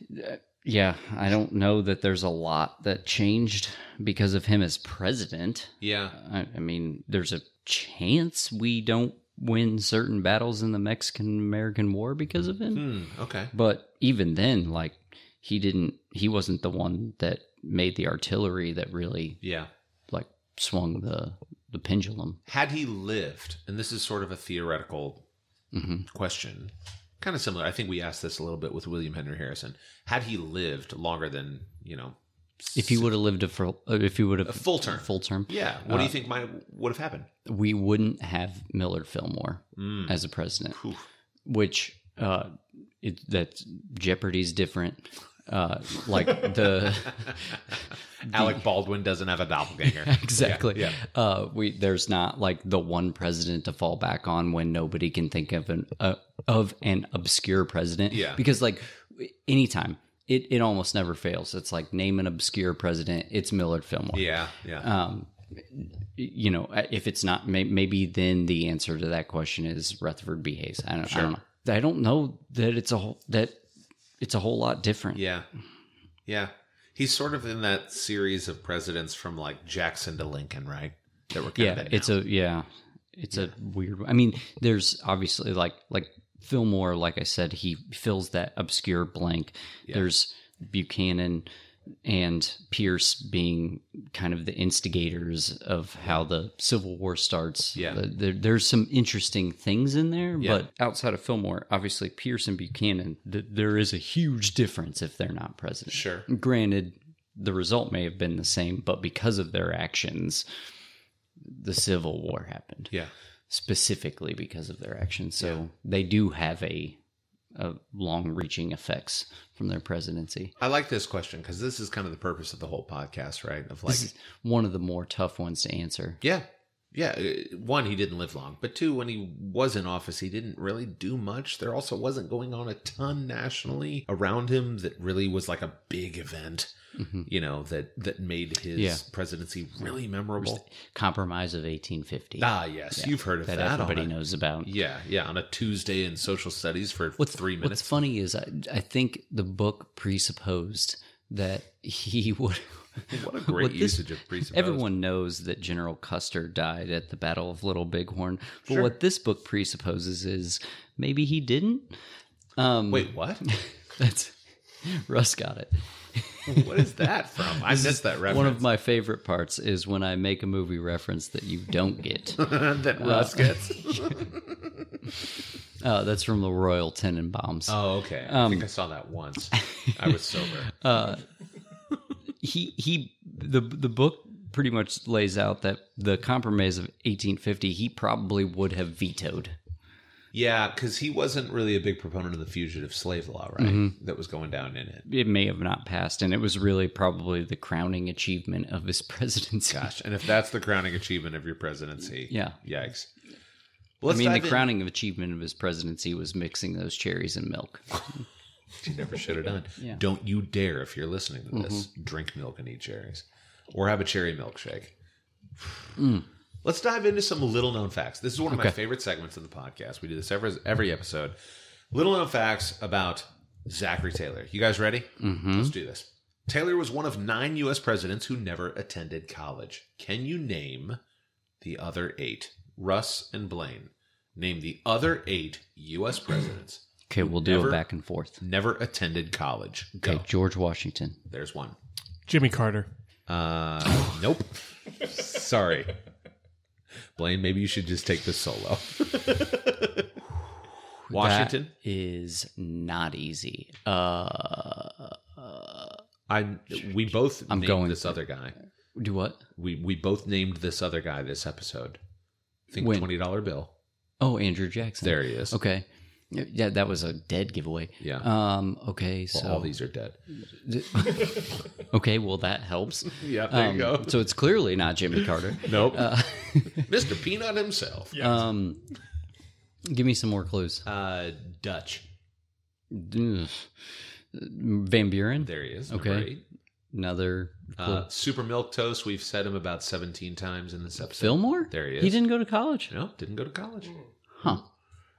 S2: Yeah.
S1: Yeah, I don't know that there's a lot that changed because of him as president.
S2: Yeah.
S1: I, I mean, there's a chance we don't win certain battles in the Mexican American War because of him.
S2: Hmm, okay.
S1: But even then, like he didn't, he wasn't the one that made the artillery that really
S2: Yeah.
S1: like swung the the pendulum.
S2: Had he lived, and this is sort of a theoretical
S1: Mm-hmm.
S2: question, kind of similar. I think we asked this a little bit with William Henry Harrison. Had he lived longer than, you know,
S1: If he would have lived a full, uh, if he would have
S2: full term.
S1: full Uh, term,
S2: yeah, what do you think might would have happened?
S1: we wouldn't have Millard Fillmore
S2: Mm.
S1: as a president, which uh, it, that Jeopardy's different. Uh, like the
S2: Alec Baldwin doesn't have a doppelganger.
S1: exactly.
S2: Yeah,
S1: Uh, we there's not like the one president to fall back on when nobody can think of an uh, of an obscure president.
S2: Yeah.
S1: because like anytime it it almost never fails. It's like name an obscure president. It's Millard Fillmore.
S2: yeah, yeah.
S1: Um, you know, if it's not, may, maybe then the answer to that question is Rutherford B. Hayes. I don't, I don't know. I don't know that it's a whole that it's a whole lot different.
S2: Yeah. Yeah. He's sort of in that series of presidents from like Jackson to Lincoln, right? That we're kind
S1: yeah
S2: of
S1: it's a yeah it's a weird i mean there's obviously like like fillmore like i said he fills that obscure blank there's buchanan and pierce being kind of the instigators of how the civil war starts
S2: Yeah.
S1: The- there, there's some interesting things in there
S2: Yeah.
S1: but outside of fillmore obviously pierce and buchanan th- there is a huge difference if they're not president
S2: sure.
S1: granted the result may have been the same but because of their actions the civil war happened
S2: Yeah.
S1: specifically because of their actions so they do have a, a long reaching effects from their presidency
S2: I like this question because this is kind of the purpose of the whole podcast, right? Of like,
S1: this is one of the more tough ones to answer
S2: yeah, yeah. uh, One, he didn't live long, but two, when he was in office, he didn't really do much. There also wasn't going on a ton nationally around him that really was like a big event,
S1: Mhm.
S2: you know, that that made his
S1: Yeah.
S2: presidency really memorable.
S1: compromise of 1850
S2: Ah, yes, you've heard of
S1: that,
S2: that. on
S1: everybody
S2: a-
S1: knows about
S2: Yeah, yeah, on a Tuesday in social studies for three minutes.
S1: What's funny is I, I think the book presupposed that he would.
S2: What a great
S1: what this-
S2: usage of presupposed.
S1: Everyone knows that General Custer died at the Battle of Little Bighorn, but what this book presupposes is maybe he didn't. Um,
S2: Wait, what?
S1: that's Russ got it.
S2: what is that from? I missed that reference.
S1: One of my favorite parts is when I make a movie reference that you don't get.
S2: that Russ gets.
S1: Uh, that's from the Royal Tenenbaums.
S2: oh, okay. I
S1: Um,
S2: think I saw that once. I was sober.
S1: he he the the book pretty much lays out that the compromise of 1850 he probably would have vetoed
S2: yeah, because he wasn't really a big proponent of the fugitive slave law, right?
S1: Mm-hmm.
S2: That was going down in it.
S1: it may have not passed and it was really probably the crowning achievement of his presidency
S2: Gosh, and if that's the crowning achievement of your presidency,
S1: Yeah.
S2: yikes.
S1: i
S2: Well, let's
S1: mean the
S2: dive in.
S1: crowning of achievement of his presidency was mixing those cherries and milk
S2: you never should have done. Don't you dare, if you're listening to this, drink milk and eat cherries or have a cherry milkshake. Let's dive into some little known facts. This is one of my favorite segments of the podcast. We do this every, every episode. Little known facts about Zachary Taylor. You guys ready? Let's do this. Taylor was one of nine U.S. presidents who never attended college. Can you name the other eight? Russ and Blaine. Name the other eight U.S. presidents
S1: okay we'll do
S2: Never-
S1: it back and forth
S2: never attended college. Go.
S1: okay george washington
S2: There's one.
S3: Jimmy Carter.
S2: Uh, nope. Sorry. Blaine, maybe you should just take this solo. Washington.
S1: that is not easy uh
S2: I we both named
S1: going-
S2: this other guy.
S1: do what
S2: We we both named this other guy this episode. I think
S1: When?
S2: twenty dollar bill.
S1: oh andrew jackson
S2: There he is.
S1: okay yeah that was a dead giveaway
S2: Yeah.
S1: um okay so
S2: All these are dead.
S1: Okay, well that helps. Um,
S2: Yeah, there you go.
S1: So Uh, it's clearly not Jimmy Carter.
S2: Nope. Mr. Peanut himself.
S1: Um, give me some more clues.
S2: Uh, Dutch.
S1: Ugh. Van Buren,
S2: There he is.
S1: Okay.
S2: Number eight.
S1: another
S2: Uh, Super Milk Toast. We've said him about seventeen times in this episode.
S1: Fillmore.
S2: there he
S1: He
S2: is.
S1: didn't go to college,
S2: No, didn't go to college.
S1: huh?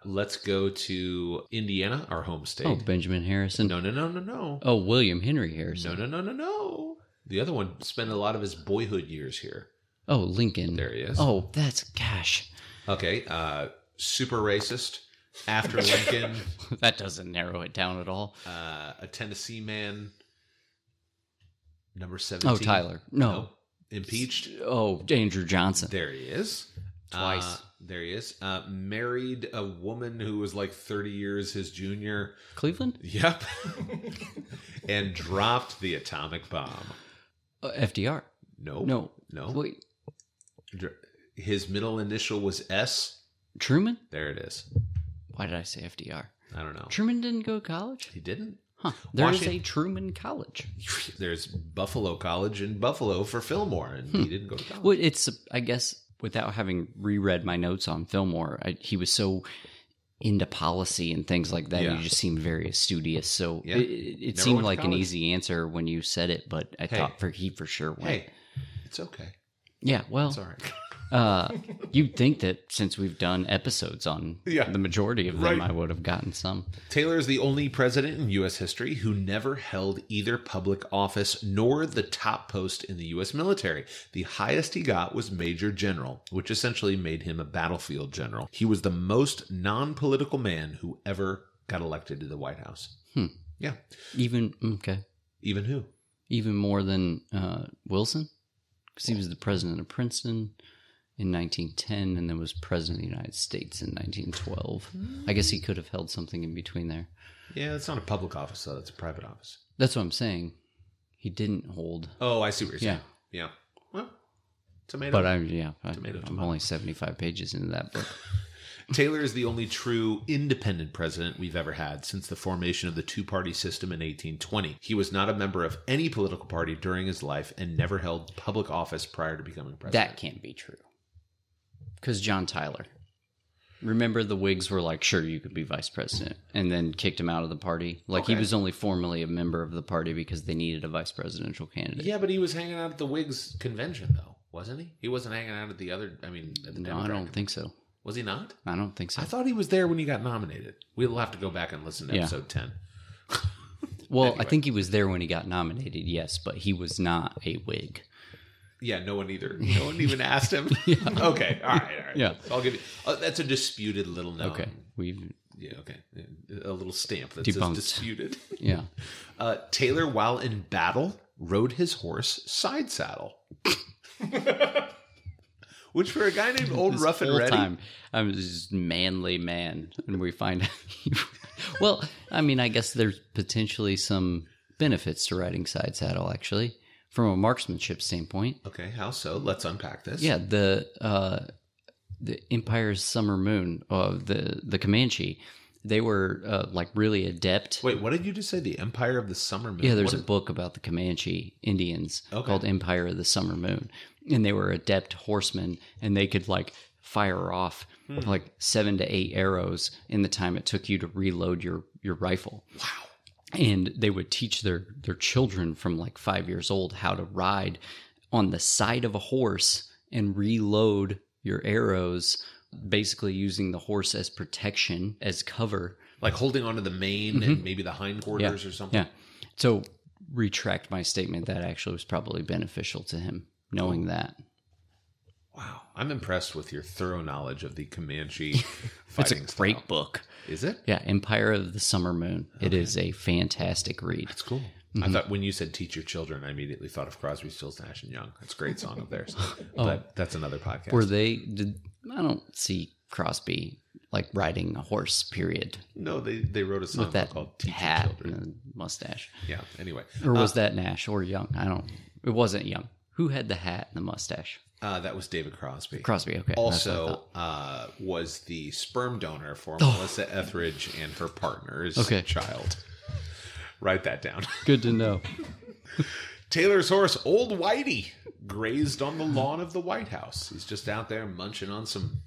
S2: Let's go to Indiana, our home state.
S1: Oh, Benjamin Harrison.
S2: No, no, no, no, no.
S1: Oh, William Henry Harrison.
S2: No, no, no, no, no. The other one spent a lot of his boyhood years here.
S1: Oh, Lincoln.
S2: There he is.
S1: Oh, that's gosh,
S2: Okay, uh, super racist. After Lincoln,
S1: that doesn't narrow it down at all.
S2: uh, a Tennessee man. Number 17.
S1: Oh, Tyler. No.
S2: No. Impeached.
S1: Oh, Andrew Johnson.
S2: There he is.
S1: Twice.
S2: Uh, there he is. Uh, married a woman who was like 30 years his junior.
S1: Cleveland.
S2: Yep. and dropped the atomic bomb.
S1: Uh, FDR.
S2: Nope.
S1: No.
S2: No.
S1: Wait,
S2: Dr- His middle initial was S.
S1: Truman.
S2: There it is.
S1: Why did I say FDR?
S2: I don't know.
S1: Oh. Truman didn't go to college.
S2: He didn't?
S1: Huh. There is
S2: Washington-
S1: a Truman College.
S2: There's Buffalo College in Buffalo for Fillmore, and he didn't go to college.
S1: Hmm. Well, it's I guess without having reread my notes on Fillmore, I, he was so into policy and things like that.
S2: Yeah.
S1: He just seemed very studious. So
S2: Yeah.
S1: it, it it
S2: Never
S1: seemed
S2: went to
S1: like an
S2: college.
S1: easy answer when you said it, but I
S2: Hey.
S1: thought for he for sure went.
S2: Hey, it's okay.
S1: Yeah, well,
S2: It's all right.
S1: uh, you'd think that since we've done episodes on
S2: Yeah.
S1: the majority of
S2: Right.
S1: them, I would have gotten some.
S2: Taylor is the only president in U.S. history who never held either public office nor the top post in the U.S. military. The highest he got was Major General, which essentially made him a battlefield general. He was the most non political man who ever got elected to the White House.
S1: Hmm.
S2: Yeah.
S1: Even okay,
S2: Even who?
S1: even more than uh, Wilson, because he was the president of Princeton in 1910, and then was president of the United States in 1912. I guess he could have held something in between there.
S2: Yeah, it's not a public office, though. It's a private office.
S1: That's what I'm saying. He didn't hold,
S2: Oh, I see what you're saying.
S1: Yeah.
S2: Yeah. Well, tomato.
S1: but I'm yeah, I,
S2: Tomato,
S1: I'm
S2: tomato.
S1: only 75 pages into that book.
S2: Taylor is the only true independent president we've ever had since the formation of the two party system in 1820. He was not a member of any political party during his life and never held public office prior to becoming president.
S1: That can't be true. Because John Tyler. Remember, the Whigs were like, sure, you could be vice president, and then kicked him out of the party. Like, he
S2: Okay.
S1: was only formally a member of the party because they needed a vice presidential candidate.
S2: yeah, but he was hanging out at the Whigs convention, though, wasn't he? He wasn't hanging out at the other, I mean, at the
S1: no, I
S2: Democratic
S1: don't think so.
S2: Was he not?
S1: I don't think so.
S2: I thought he was there when he got nominated. We'll have to go back and listen to
S1: Yeah.
S2: episode 10.
S1: well, I think he was there when he got nominated, yes, but he was not a Whig.
S2: Yeah, no one either. No one even asked him. Okay, all right, all right.
S1: Yeah.
S2: I'll give you. Oh, that's a disputed little known.
S1: Okay. Um, We've,
S2: Yeah, okay. A little stamp that
S1: Debunked.
S2: says disputed.
S1: yeah.
S2: Uh, Taylor, while in battle, rode his horse side saddle. Which for a guy named Old
S1: This
S2: Rough and
S1: whole
S2: Ready.
S1: time, I was just manly man, and we find. well, I mean, I guess there's potentially some benefits to riding side saddle, actually, from a marksmanship standpoint.
S2: Okay, how so? Let's unpack this.
S1: Yeah, the uh, the Empire's Summer Moon, uh, the the Comanche, they were uh, like really adept.
S2: Wait, what did you just say? The Empire of the Summer Moon.
S1: Yeah, there's a
S2: What
S1: book about the Comanche Indians
S2: Okay.
S1: called Empire of the Summer Moon. And they were adept horsemen and they could like fire off like seven to eight arrows in the time it took you to reload your your rifle. Wow. And they would teach their their children from like five years old how to ride on the side of a horse and reload your arrows, basically using the horse as protection, as cover.
S2: like holding onto the mane
S1: Mm-hmm.
S2: and maybe the hindquarters or something.
S1: Yeah. So retract my statement that actually was probably beneficial to him knowing that.
S2: Wow. I'm impressed with your thorough knowledge of the Comanche fighting
S1: it's a
S2: style.
S1: great book.
S2: Is it?
S1: Yeah, Empire of the Summer Moon. It is a fantastic read.
S2: It's cool.
S1: Mm-hmm.
S2: I thought when you said teach your children, I immediately thought of Crosby, Stills, Nash and Young. That's a great song of theirs.
S1: Oh.
S2: But that's another podcast.
S1: Were they did I don't see Crosby like riding a horse period
S2: no, they they wrote a song
S1: with that
S2: called Teach Your
S1: hat
S2: Children.
S1: and a mustache.
S2: Yeah. Anyway,
S1: Or was that Nash or Young? I don't it wasn't Young. Who had the hat and the mustache?
S2: uh, that was David Crosby.
S1: Crosby, okay. that's what I thought. Oh.
S2: also uh, was the sperm donor for Melissa Etheridge and her partner's
S1: Okay.
S2: child. Write that down.
S1: good to know.
S2: Taylor's horse, Old Whitey, grazed on the lawn of the White House. He's just out there munching on some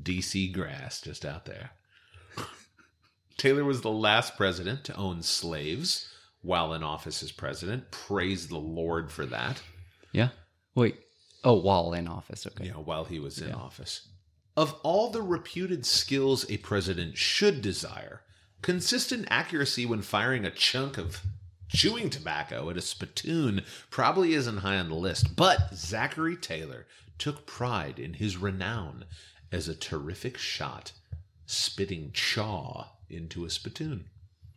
S2: DC grass, just out there. Taylor was the last president to own slaves while in office as president. Praise the Lord for that.
S1: Yeah. Wait. Oh, while in office, okay.
S2: you know, while he was in office. Of all the reputed skills a president should desire, consistent accuracy when firing a chunk of chewing tobacco at a spittoon probably isn't high on the list, but Zachary Taylor took pride in his renown as a terrific shot, spitting chaw into a spittoon.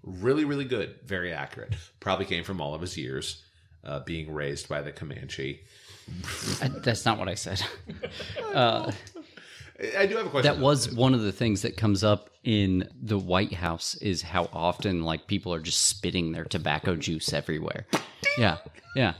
S2: Really, really good, very accurate. Probably came from all of his years uh, being raised by the Comanche.
S1: I, that's not what I said.
S2: I- I do have a question.
S1: That was one of the things that comes up in the White House is how often like people are just spitting their tobacco juice everywhere. Yeah. Yeah.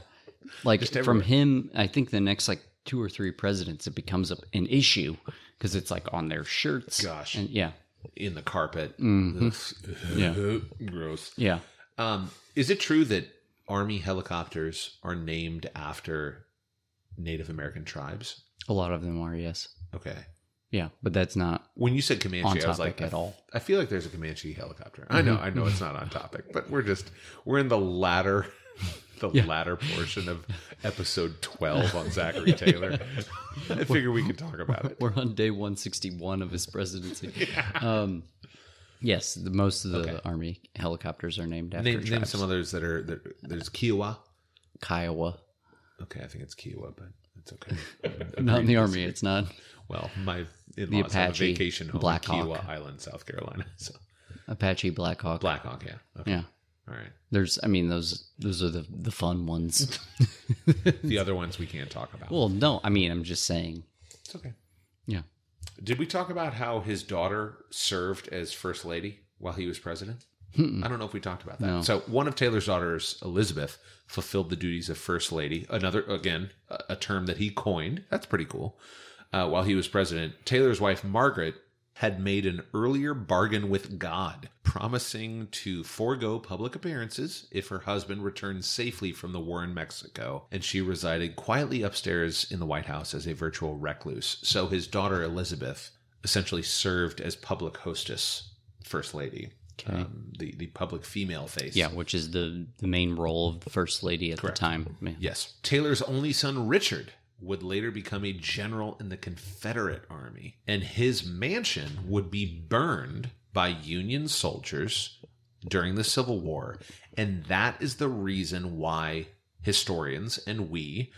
S1: Like from him, I think the next like two or three presidents it becomes a, an issue because it's like on their shirts.
S2: Gosh.
S1: And yeah.
S2: in the carpet. Ugh.
S1: Mm-hmm. Yeah.
S2: Gross.
S1: Yeah.
S2: Um, is it true that Army helicopters are named after Native American tribes?
S1: A lot of them are, yes.
S2: Okay.
S1: Yeah, but that's not.
S2: When you said Comanche,
S1: On
S2: I was like,
S1: topic at
S2: I-
S1: all.
S2: I feel like there's a Comanche helicopter. I know, I know, it's not on topic, but we're just we're in the latter, the latter portion of episode twelve on Zachary Taylor. I figure we could talk about it.
S1: We're on day 161 of his presidency. Um, yes, the, most of the Army helicopters are named after
S2: Name, name
S1: tribes.
S2: some others that are that, there's Kiowa.
S1: Kiowa.
S2: Okay, I think it's Kiowa, but it's okay.
S1: Not in the Army, it's not.
S2: Well, my in-laws have a
S1: Apache,
S2: vacation home
S1: Black
S2: in Kiowa
S1: Hawk.
S2: Island, South Carolina. So
S1: Apache Blackhawk.
S2: Black Hawk, yeah, okay.
S1: Yeah.
S2: All right.
S1: There's, I mean, those those are the, the fun ones.
S2: The other ones we can't talk about.
S1: well, no, I mean, I'm just saying.
S2: it's okay.
S1: Yeah.
S2: Did we talk about how his daughter served as first lady while he was president? I don't know if we talked about that.
S1: No.
S2: So one of Taylor's daughters, Elizabeth, fulfilled the duties of first lady. Another, again, a, a term that he coined. That's pretty cool. Uh, while he was president, Taylor's wife Margaret had made an earlier bargain with God, promising to forego public appearances if her husband returned safely from the war in Mexico, and she resided quietly upstairs in the White House as a virtual recluse. So his daughter Elizabeth essentially served as public hostess, first lady, um, the the public female face.
S1: Yeah, which is the, the main role of the First Lady at the time. Yeah.
S2: Yes. Taylor's only son, Richard, would later become a general in the Confederate Army, and his mansion would be burned by Union soldiers during the Civil War. And that is the reason why historians and we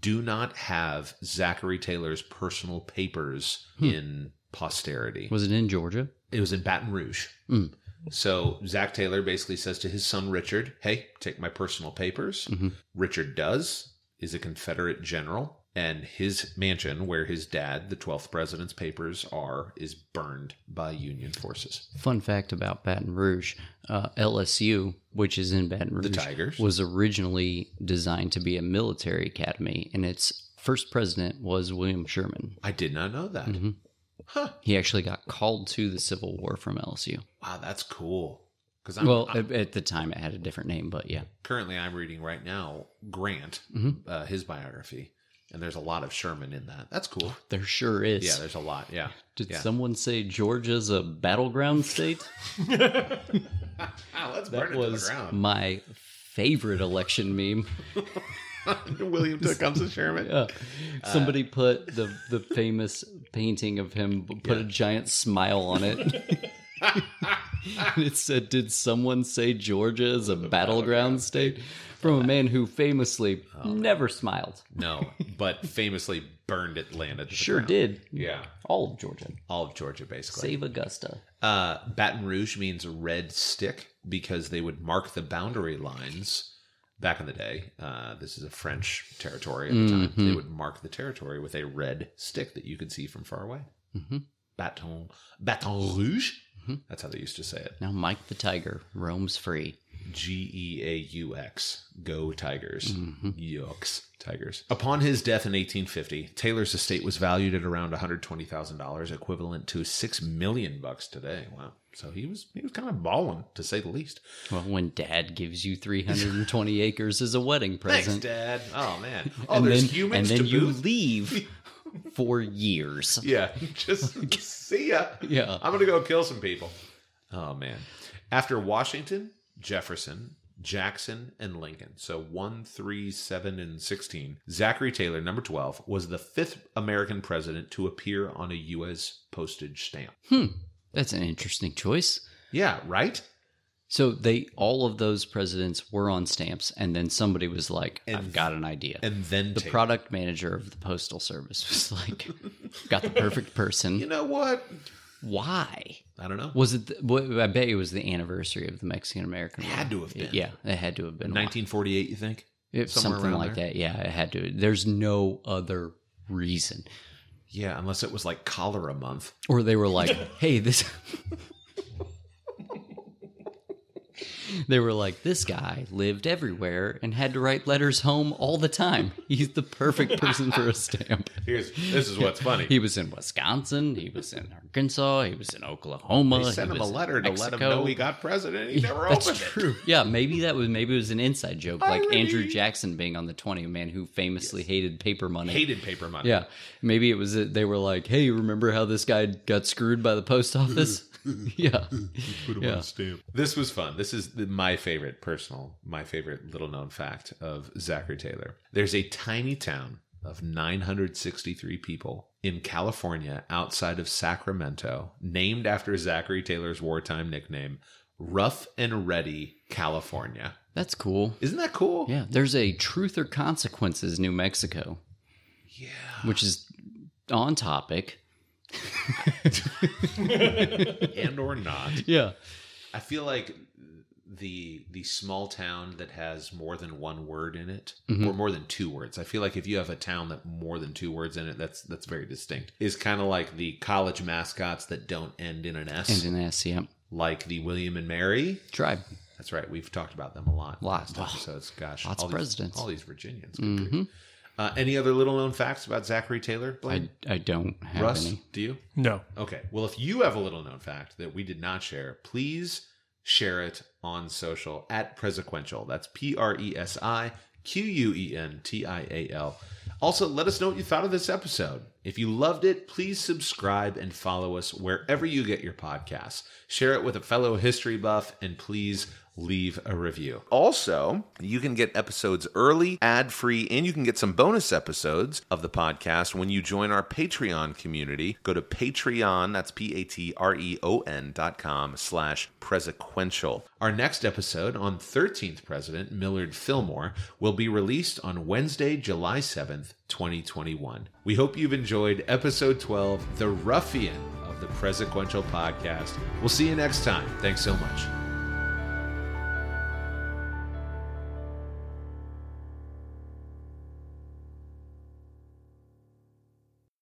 S2: do not have Zachary Taylor's personal papers in posterity
S1: Was it in Georgia?
S2: it was in Baton Rouge.
S1: Hmm.
S2: So Zach Taylor basically says to his son Richard, "Hey, take my personal papers."
S1: Mm-hmm.
S2: Richard does is a Confederate general, and his mansion, where his dad, the twelfth president's papers are, is burned by Union forces.
S1: Fun fact about Baton Rouge uh, LSU, which is in Baton Rouge,
S2: Tigers.
S1: was originally designed to be a military academy, and its first president was William Sherman.
S2: I did not know that.
S1: Mm-hmm. He actually got called to the Civil War from LSU.
S2: Wow, that's cool. Because I'm,
S1: Well, at at the time it had a different name, but yeah.
S2: currently I'm reading right now Grant,
S1: Mm-hmm.
S2: uh, his biography, and there's a lot of Sherman in that. That's cool.
S1: There sure is.
S2: Yeah, there's a lot. Yeah.
S1: Did
S2: yeah.
S1: someone say Georgia's a battleground state?
S2: Wow, let's burn
S1: that
S2: it to the
S1: was
S2: ground.
S1: my favorite election meme.
S2: William Tecumseh Sherman.
S1: Yeah. Somebody put the the famous painting of him, but put a giant smile on it. and it said, "Did someone say Georgia is a battleground Oh. state?" From a man who famously never smiled.
S2: No, but famously burned Atlanta. to the
S1: Sure
S2: ground.
S1: did.
S2: Yeah.
S1: All of Georgia,
S2: All of Georgia, basically.
S1: save Augusta.
S2: Uh, Baton Rouge means red stick because they would mark the boundary lines back in the day. Uh, this is a French territory at the time. They
S1: Mm-hmm.
S2: would mark the territory with a red stick that you could see from far away.
S1: Mm-hmm.
S2: Baton, Baton Rouge. That's how they used to say it.
S1: Now, Mike the Tiger roams free.
S2: G E A U X. Go Tigers.
S1: Mm-hmm.
S2: Yucks. Tigers. Upon his death in 1850, Taylor's estate was valued at around $120,000, equivalent to 6 million bucks today. Wow. So he was he was kind of balling to say the least.
S1: Well, when Dad gives you 320 acres as a wedding
S2: Thanks,
S1: present,
S2: Dad. Oh man. Oh,
S1: and
S2: there's
S1: then and
S2: humans
S1: then
S2: to
S1: you
S2: boot?
S1: leave for years.
S2: Yeah, just see ya.
S1: Yeah.
S2: I'm gonna go kill some people. Oh man. After Washington, Jefferson, Jackson, and Lincoln. So one, three, seven, and sixteen. Zachary Taylor, number twelve, was the fifth American president to appear on a US postage stamp.
S1: That's an interesting choice.
S2: Yeah, right?
S1: So they all of those presidents were on stamps, and then somebody was like, "I've got an idea."
S2: And then
S1: the
S2: Taylor.
S1: product manager of the postal service was like, "Got the perfect person."
S2: You know what?
S1: Why
S2: I don't know.
S1: was it? The, well, I bet it was the anniversary of the Mexican American. War.
S2: had to have been.
S1: Yeah, it had to have been why.
S2: 1948, you think?
S1: It-
S2: somewhere
S1: something
S2: around
S1: like that. Yeah, it had to. There's no other reason.
S2: Yeah, unless it was like cholera month.
S1: Or they were like, "Hey, this." they were like, this guy lived everywhere and had to write letters home all the time. He's the perfect person for a stamp.
S2: Here's this is what's funny.
S1: He was in Wisconsin. He was in Arkansas. He was in Oklahoma.
S2: He sent
S1: he
S2: him a
S1: was in
S2: letter to let him
S1: Mexico.
S2: know he got president. He never
S1: That's
S2: opened it.
S1: true. Yeah, maybe that was maybe it was an inside joke, like
S2: Irony.
S1: Andrew Jackson being on the twenty, a man who famously hated paper money.
S2: Hated paper money.
S1: Yeah, maybe it was that they were like, "Hey, remember how this guy got screwed by the post office?" yeah, yeah.
S2: This was fun. This is the, my favorite personal, my favorite little known fact of Zachary Taylor. There's a tiny town of 963 people in California outside of Sacramento named after Zachary Taylor's wartime nickname, Rough and Ready, California.
S1: That's cool.
S2: Isn't that cool?
S1: Yeah, there's a Truth or Consequences New Mexico. Yeah, which is on topic.
S2: And or not.
S1: Yeah,
S2: I feel like the the small town that has more than one word in it
S1: Mm-hmm.
S2: or more than two words. I feel like if you have a town that more than two words in it, that's that's very distinct. Is kind of like the college mascots that don't end in an S,
S1: and an S. Yeah,
S2: like the William and Mary.
S1: tribe.
S2: That's right. We've talked about them a lot.
S1: Lots.
S2: Last episodes. Gosh,
S1: Lots
S2: all
S1: of
S2: these,
S1: presidents. Mm-hmm.
S2: All these Virginians. Good grief. Uh, any other little known facts about Zachary Taylor?
S1: I
S2: Blaine?
S1: I don't have
S2: Russ,
S1: any.
S2: do you?
S3: No.
S2: Okay. Well, if you have a little known fact that we did not share, please share it on social at Presequential. That's P R E S I Q U E N T I A L. Also, let us know what you thought of this episode. If you loved it, please subscribe and follow us wherever you get your podcasts. Share it with a fellow history buff and please leave a review. Also, you can get episodes early, ad free, and you can get some bonus episodes of the podcast when you join our Patreon community. Go to Patreon, that's P A T R E O N dot com slash presequential. Our next episode on 13th President Millard Fillmore will be released on Wednesday, July 7th, 2021. We hope you've enjoyed episode 12, The Ruffian of the Presequential Podcast. We'll see you next time. Thanks so much.